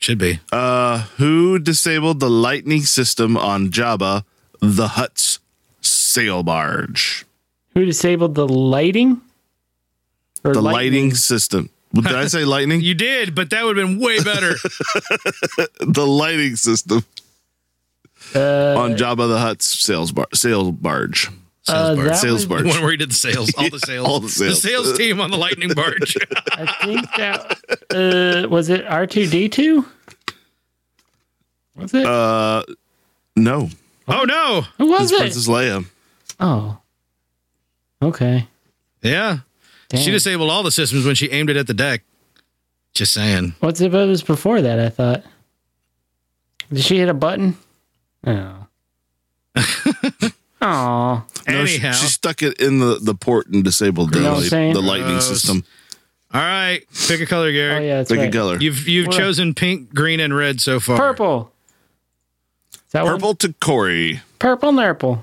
should be Uh, who disabled the lightning system on Jabba the Hutt's sail barge? Who disabled the lighting? Or the lightning? lighting system. Did I say lightning? you did, but that would have been way better. the lighting system Uh, on Jabba the Hutt's sales bar- sales barge. uh, barge. that Sales was- barge. When we did the sales, all the sales, all the sales. the sales team on the Lightning barge. I think that uh, was it. R two D two. Was it? Uh, no, oh no! Who was it's it? Princess Leia. Oh. Okay. Yeah, she Damn. disabled all the systems when she aimed it at the deck. Just saying. What's if it was before that? I thought. Did she hit a button? Oh. Aw. Oh, No, she, Anyhow, she stuck it in the, the port and disabled the, You know what I'm light- saying? the lightning Gross. system. All right, pick a color, Gary. Oh yeah, that's Like right. a color. You've you've Well- chosen pink, green, and red so far. Purple. Is that One? Purple to Corey. Purple Nurple.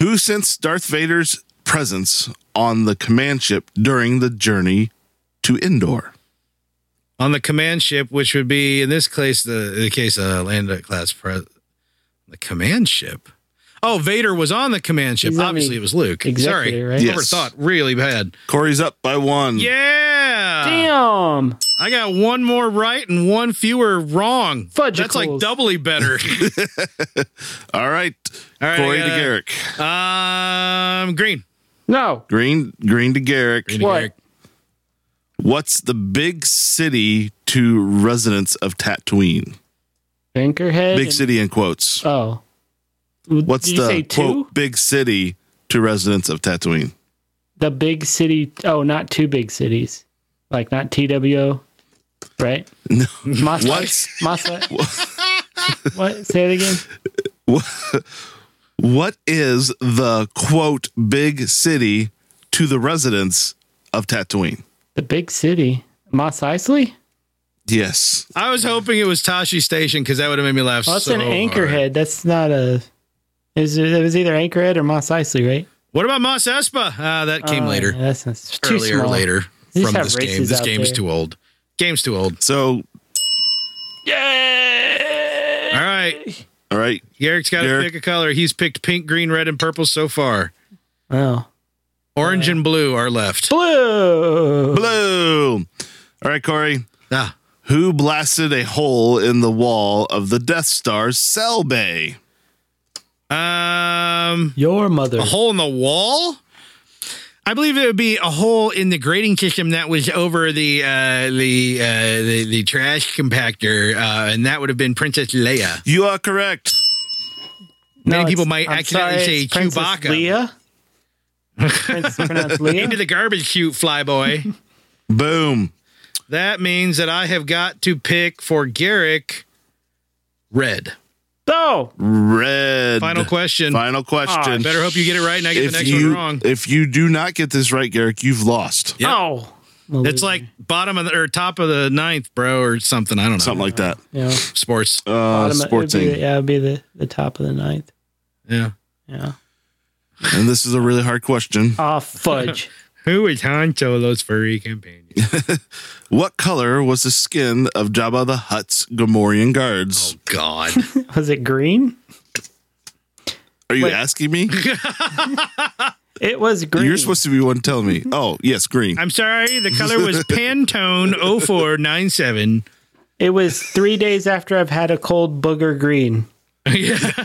Who sensed Darth Vader's presence on the command ship during the journey to Endor? on the command ship, which would be in this case the, the case uh, Landa class pre- the command ship. Oh, Vader was on the command ship. He's on the Obviously, it was Luke. executor, Sorry, right? Yes. Mm. overthought really bad. Corey's up by one. Ah. Yeah, Damn. I got one more right and one fewer wrong. Fudgicles. That's like doubly better. All right. All right, Corey I to gotta- Garrick. um, green. No. Green green to Garrick. What? What's the big city to residents of Tatooine? Anchorhead. Big and- city in quotes. Oh. What's Did you the say two? quote big city to residents of Tatooine? The big city. Oh, not two big cities. Like not TWO, right? No. Moslet. What? Moslet. what? Say it again. What is the quote big city to the residents of Tatooine? The big city. Moss Isley? Yes. I was hoping it was Tashi Station because that would have made me laugh. Well, that's so an hard. Anchorhead. That's not a. Is it, it was either Anchorhead or Moss Isley, right? What about Mos Espa? Uh, that came Oh, later, yeah, that's not, it's too earlier, small. later These from have this game. races This out game's there. too old. Game's too old. So, Yeah. All right. all right. Garrick's got to Garrick. pick a color. He's picked pink, green, red, and purple so far. Oh. Orange and blue are left. Blue. Blue. All right, Corey. Ah, Who blasted a hole in the wall of the Death Star's cell bay? um, Your mother. a hole in the wall. I believe it would be a hole in the grading system that was over the uh, the, uh, the the trash compactor, uh, and that would have been Princess Leia. You are correct. Many it's- people might I'm accidentally sorry, say it's Princess Chewbacca. Leia. Prince, pronounced Into Leia. the garbage chute, flyboy. Boom. That means that I have got to pick for Garrick red. Oh, Red. Final question. Ah, Final question. I better hope you get it right and I get the if next you one wrong. if you do not get this right, Garrick, you've lost. Yep. oh. Well, It's like bottom of the or top of the ninth, bro, or something. I don't know. Something like that. you know, sports. Uh, bottom- it would be the- sporting. yeah, it'd be the, the top of the ninth. Yeah. Yeah. And this is a really hard question. Ah, fudge. Who is Han Solo's furry companion? What color was the skin of Jabba the Hutt's Gamorrean guards? Oh God. Was it green? Are you Oh, wait. asking me? It was green. You're supposed to be one telling me. Oh, yes, green. I'm sorry. The color was Pantone 0497. It was three days after I've had a cold booger green.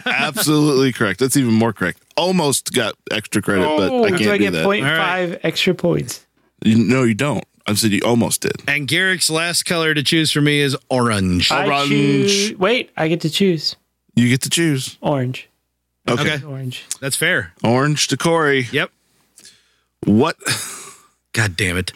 Absolutely correct. That's even more correct. Almost got extra credit, but I can't Oh, do I do get that. point All right. five extra points? You- no, you don't. I said you almost did. And Garrick's last color to choose for me is orange. I Orange. choose, wait, I get to choose You get to choose. orange. Okay. Okay. Orange. That's fair. Orange to Corey. Yep. What God damn it.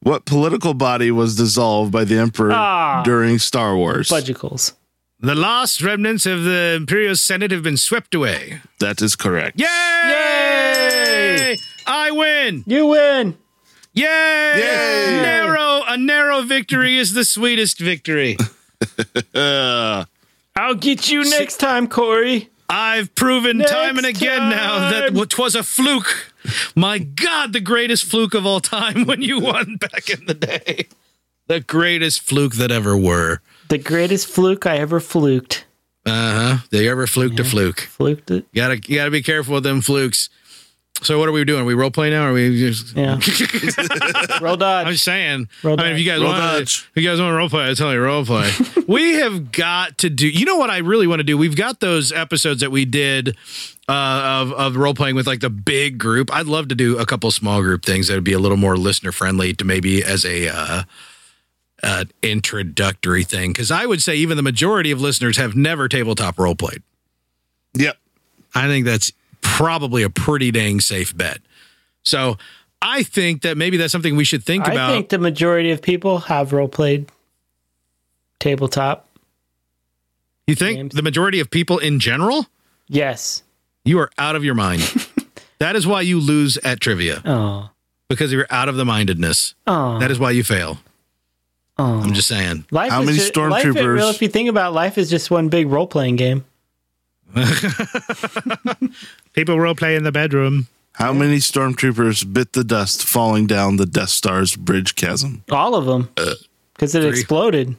what political body was dissolved by the Emperor Ah. during Star Wars? Fudgicles. The last remnants of the Imperial Senate have been swept away. That is correct. Yay! Yay! I win! You win. Yay! Yay! Narrow, a narrow victory is the sweetest victory. Uh, I'll get you next time, Corey. I've proven time and Next again now that time. what was a fluke. My God, the greatest fluke of all time when you won back in the day. The greatest fluke that ever were. The greatest fluke I ever fluked. Uh huh. They ever fluked a fluke. Fluked it. You gotta, you gotta be careful with them flukes. So what are we doing? Are we role playing now? Or are we just? Yeah. Roll I'm dodge. just saying. Roll I mean, if you guys Roll want, Dodge. if you guys want to role play, I tell you role play. we have got to do. You know what I really want to do? We've got those episodes that we did uh, of of role playing with like the big group. I'd love to do a couple small group things that would be a little more listener friendly to maybe as a. Uh, uh, introductory thing because I would say even the majority of listeners have never tabletop role played. yep. I think that's probably a pretty dang safe bet. So I think that maybe that's something we should think I about. think the majority of people have role played tabletop. You think James. the majority of people in general? Yes. You are out of your mind. that is why you lose at trivia. Oh. because you're out of the mindedness. Oh, That is why you fail. Oh. I'm just saying. life How is many ju- life is stormtroopers- real- if you think about it, life, is just one big role playing game. People role play in the bedroom. How many stormtroopers bit the dust falling down the Death Star's bridge chasm? All of them, Uh, because it exploded.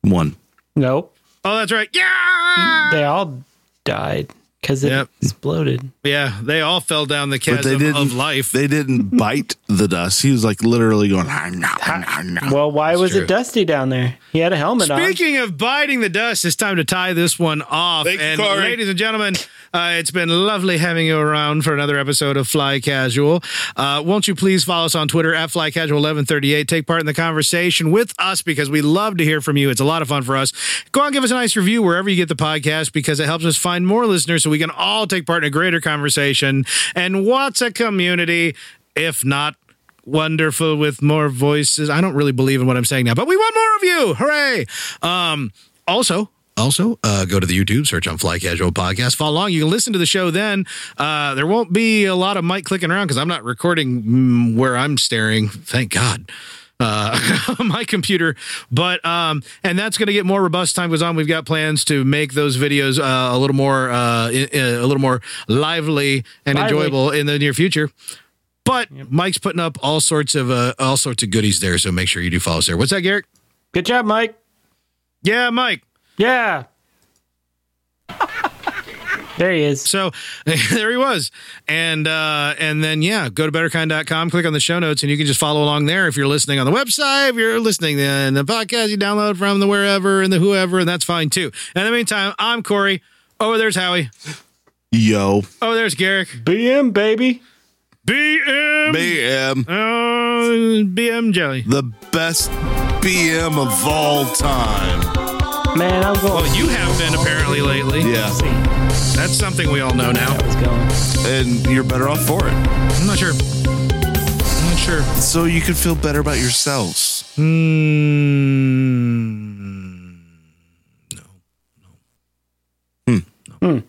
One. Nope, Oh, that's right. Hmm. Yeah. they all died because it Yep. exploded. Yeah. They all fell down the But they chasm didn't of life. They didn't bite the dust. He was like literally going, "Ah, nah, nah, nah." Well, why was true. it dusty down there? He had a helmet Speaking of biting the dust, it's time to tie this one off. Thank you, and Corey. ladies and gentlemen, uh, it's been lovely having you around for another episode of Fly Casual. Uh, won't you please follow us on Twitter at Fly Casual 1138 Take part in the conversation with us because we love to hear from you. It's a lot of fun for us. Go on, give us a nice review wherever you get the podcast because it helps us find more listeners so we can all take part in a greater conversation. And what's a community if not wonderful with more voices. I don't really believe in what I'm saying now, but we want more of you. Hooray. Um, also, also, uh, go to the YouTube, search on Fly Casual Podcast, follow along. You can listen to the show then. Uh, there won't be a lot of mic clicking around because I'm not recording mm, where I'm staring. Thank God. Uh, on my computer, but um, and that's going to get more robust time goes on. We've got plans to make those videos uh, a little more, uh, i- i- a little more lively and Lively. enjoyable in the near future. But Mike's putting up all sorts of uh, all sorts of goodies there, so make sure you do follow us there. What's that, Garrick? Good job, Mike. Yeah, Mike. Yeah. there he is. So there he was. And uh and then yeah, go to betterkind.com, click on the show notes, and you can just follow along there if you're listening on the website, if you're listening in the podcast you download from the wherever and the whoever, and that's fine too. In the meantime, I'm Corey. Over there's Howie. Yo, Over there's Garrick. BM baby. BM BM, uh, BM Jelly. the best BM of all time. Man, I'm going. Well, you have been apparently lately. Yeah, That's something we all know now. It's going. and you're better off for it. I'm not sure. I'm not sure. So you can feel better about yourselves. Hmm. Mm, no, no.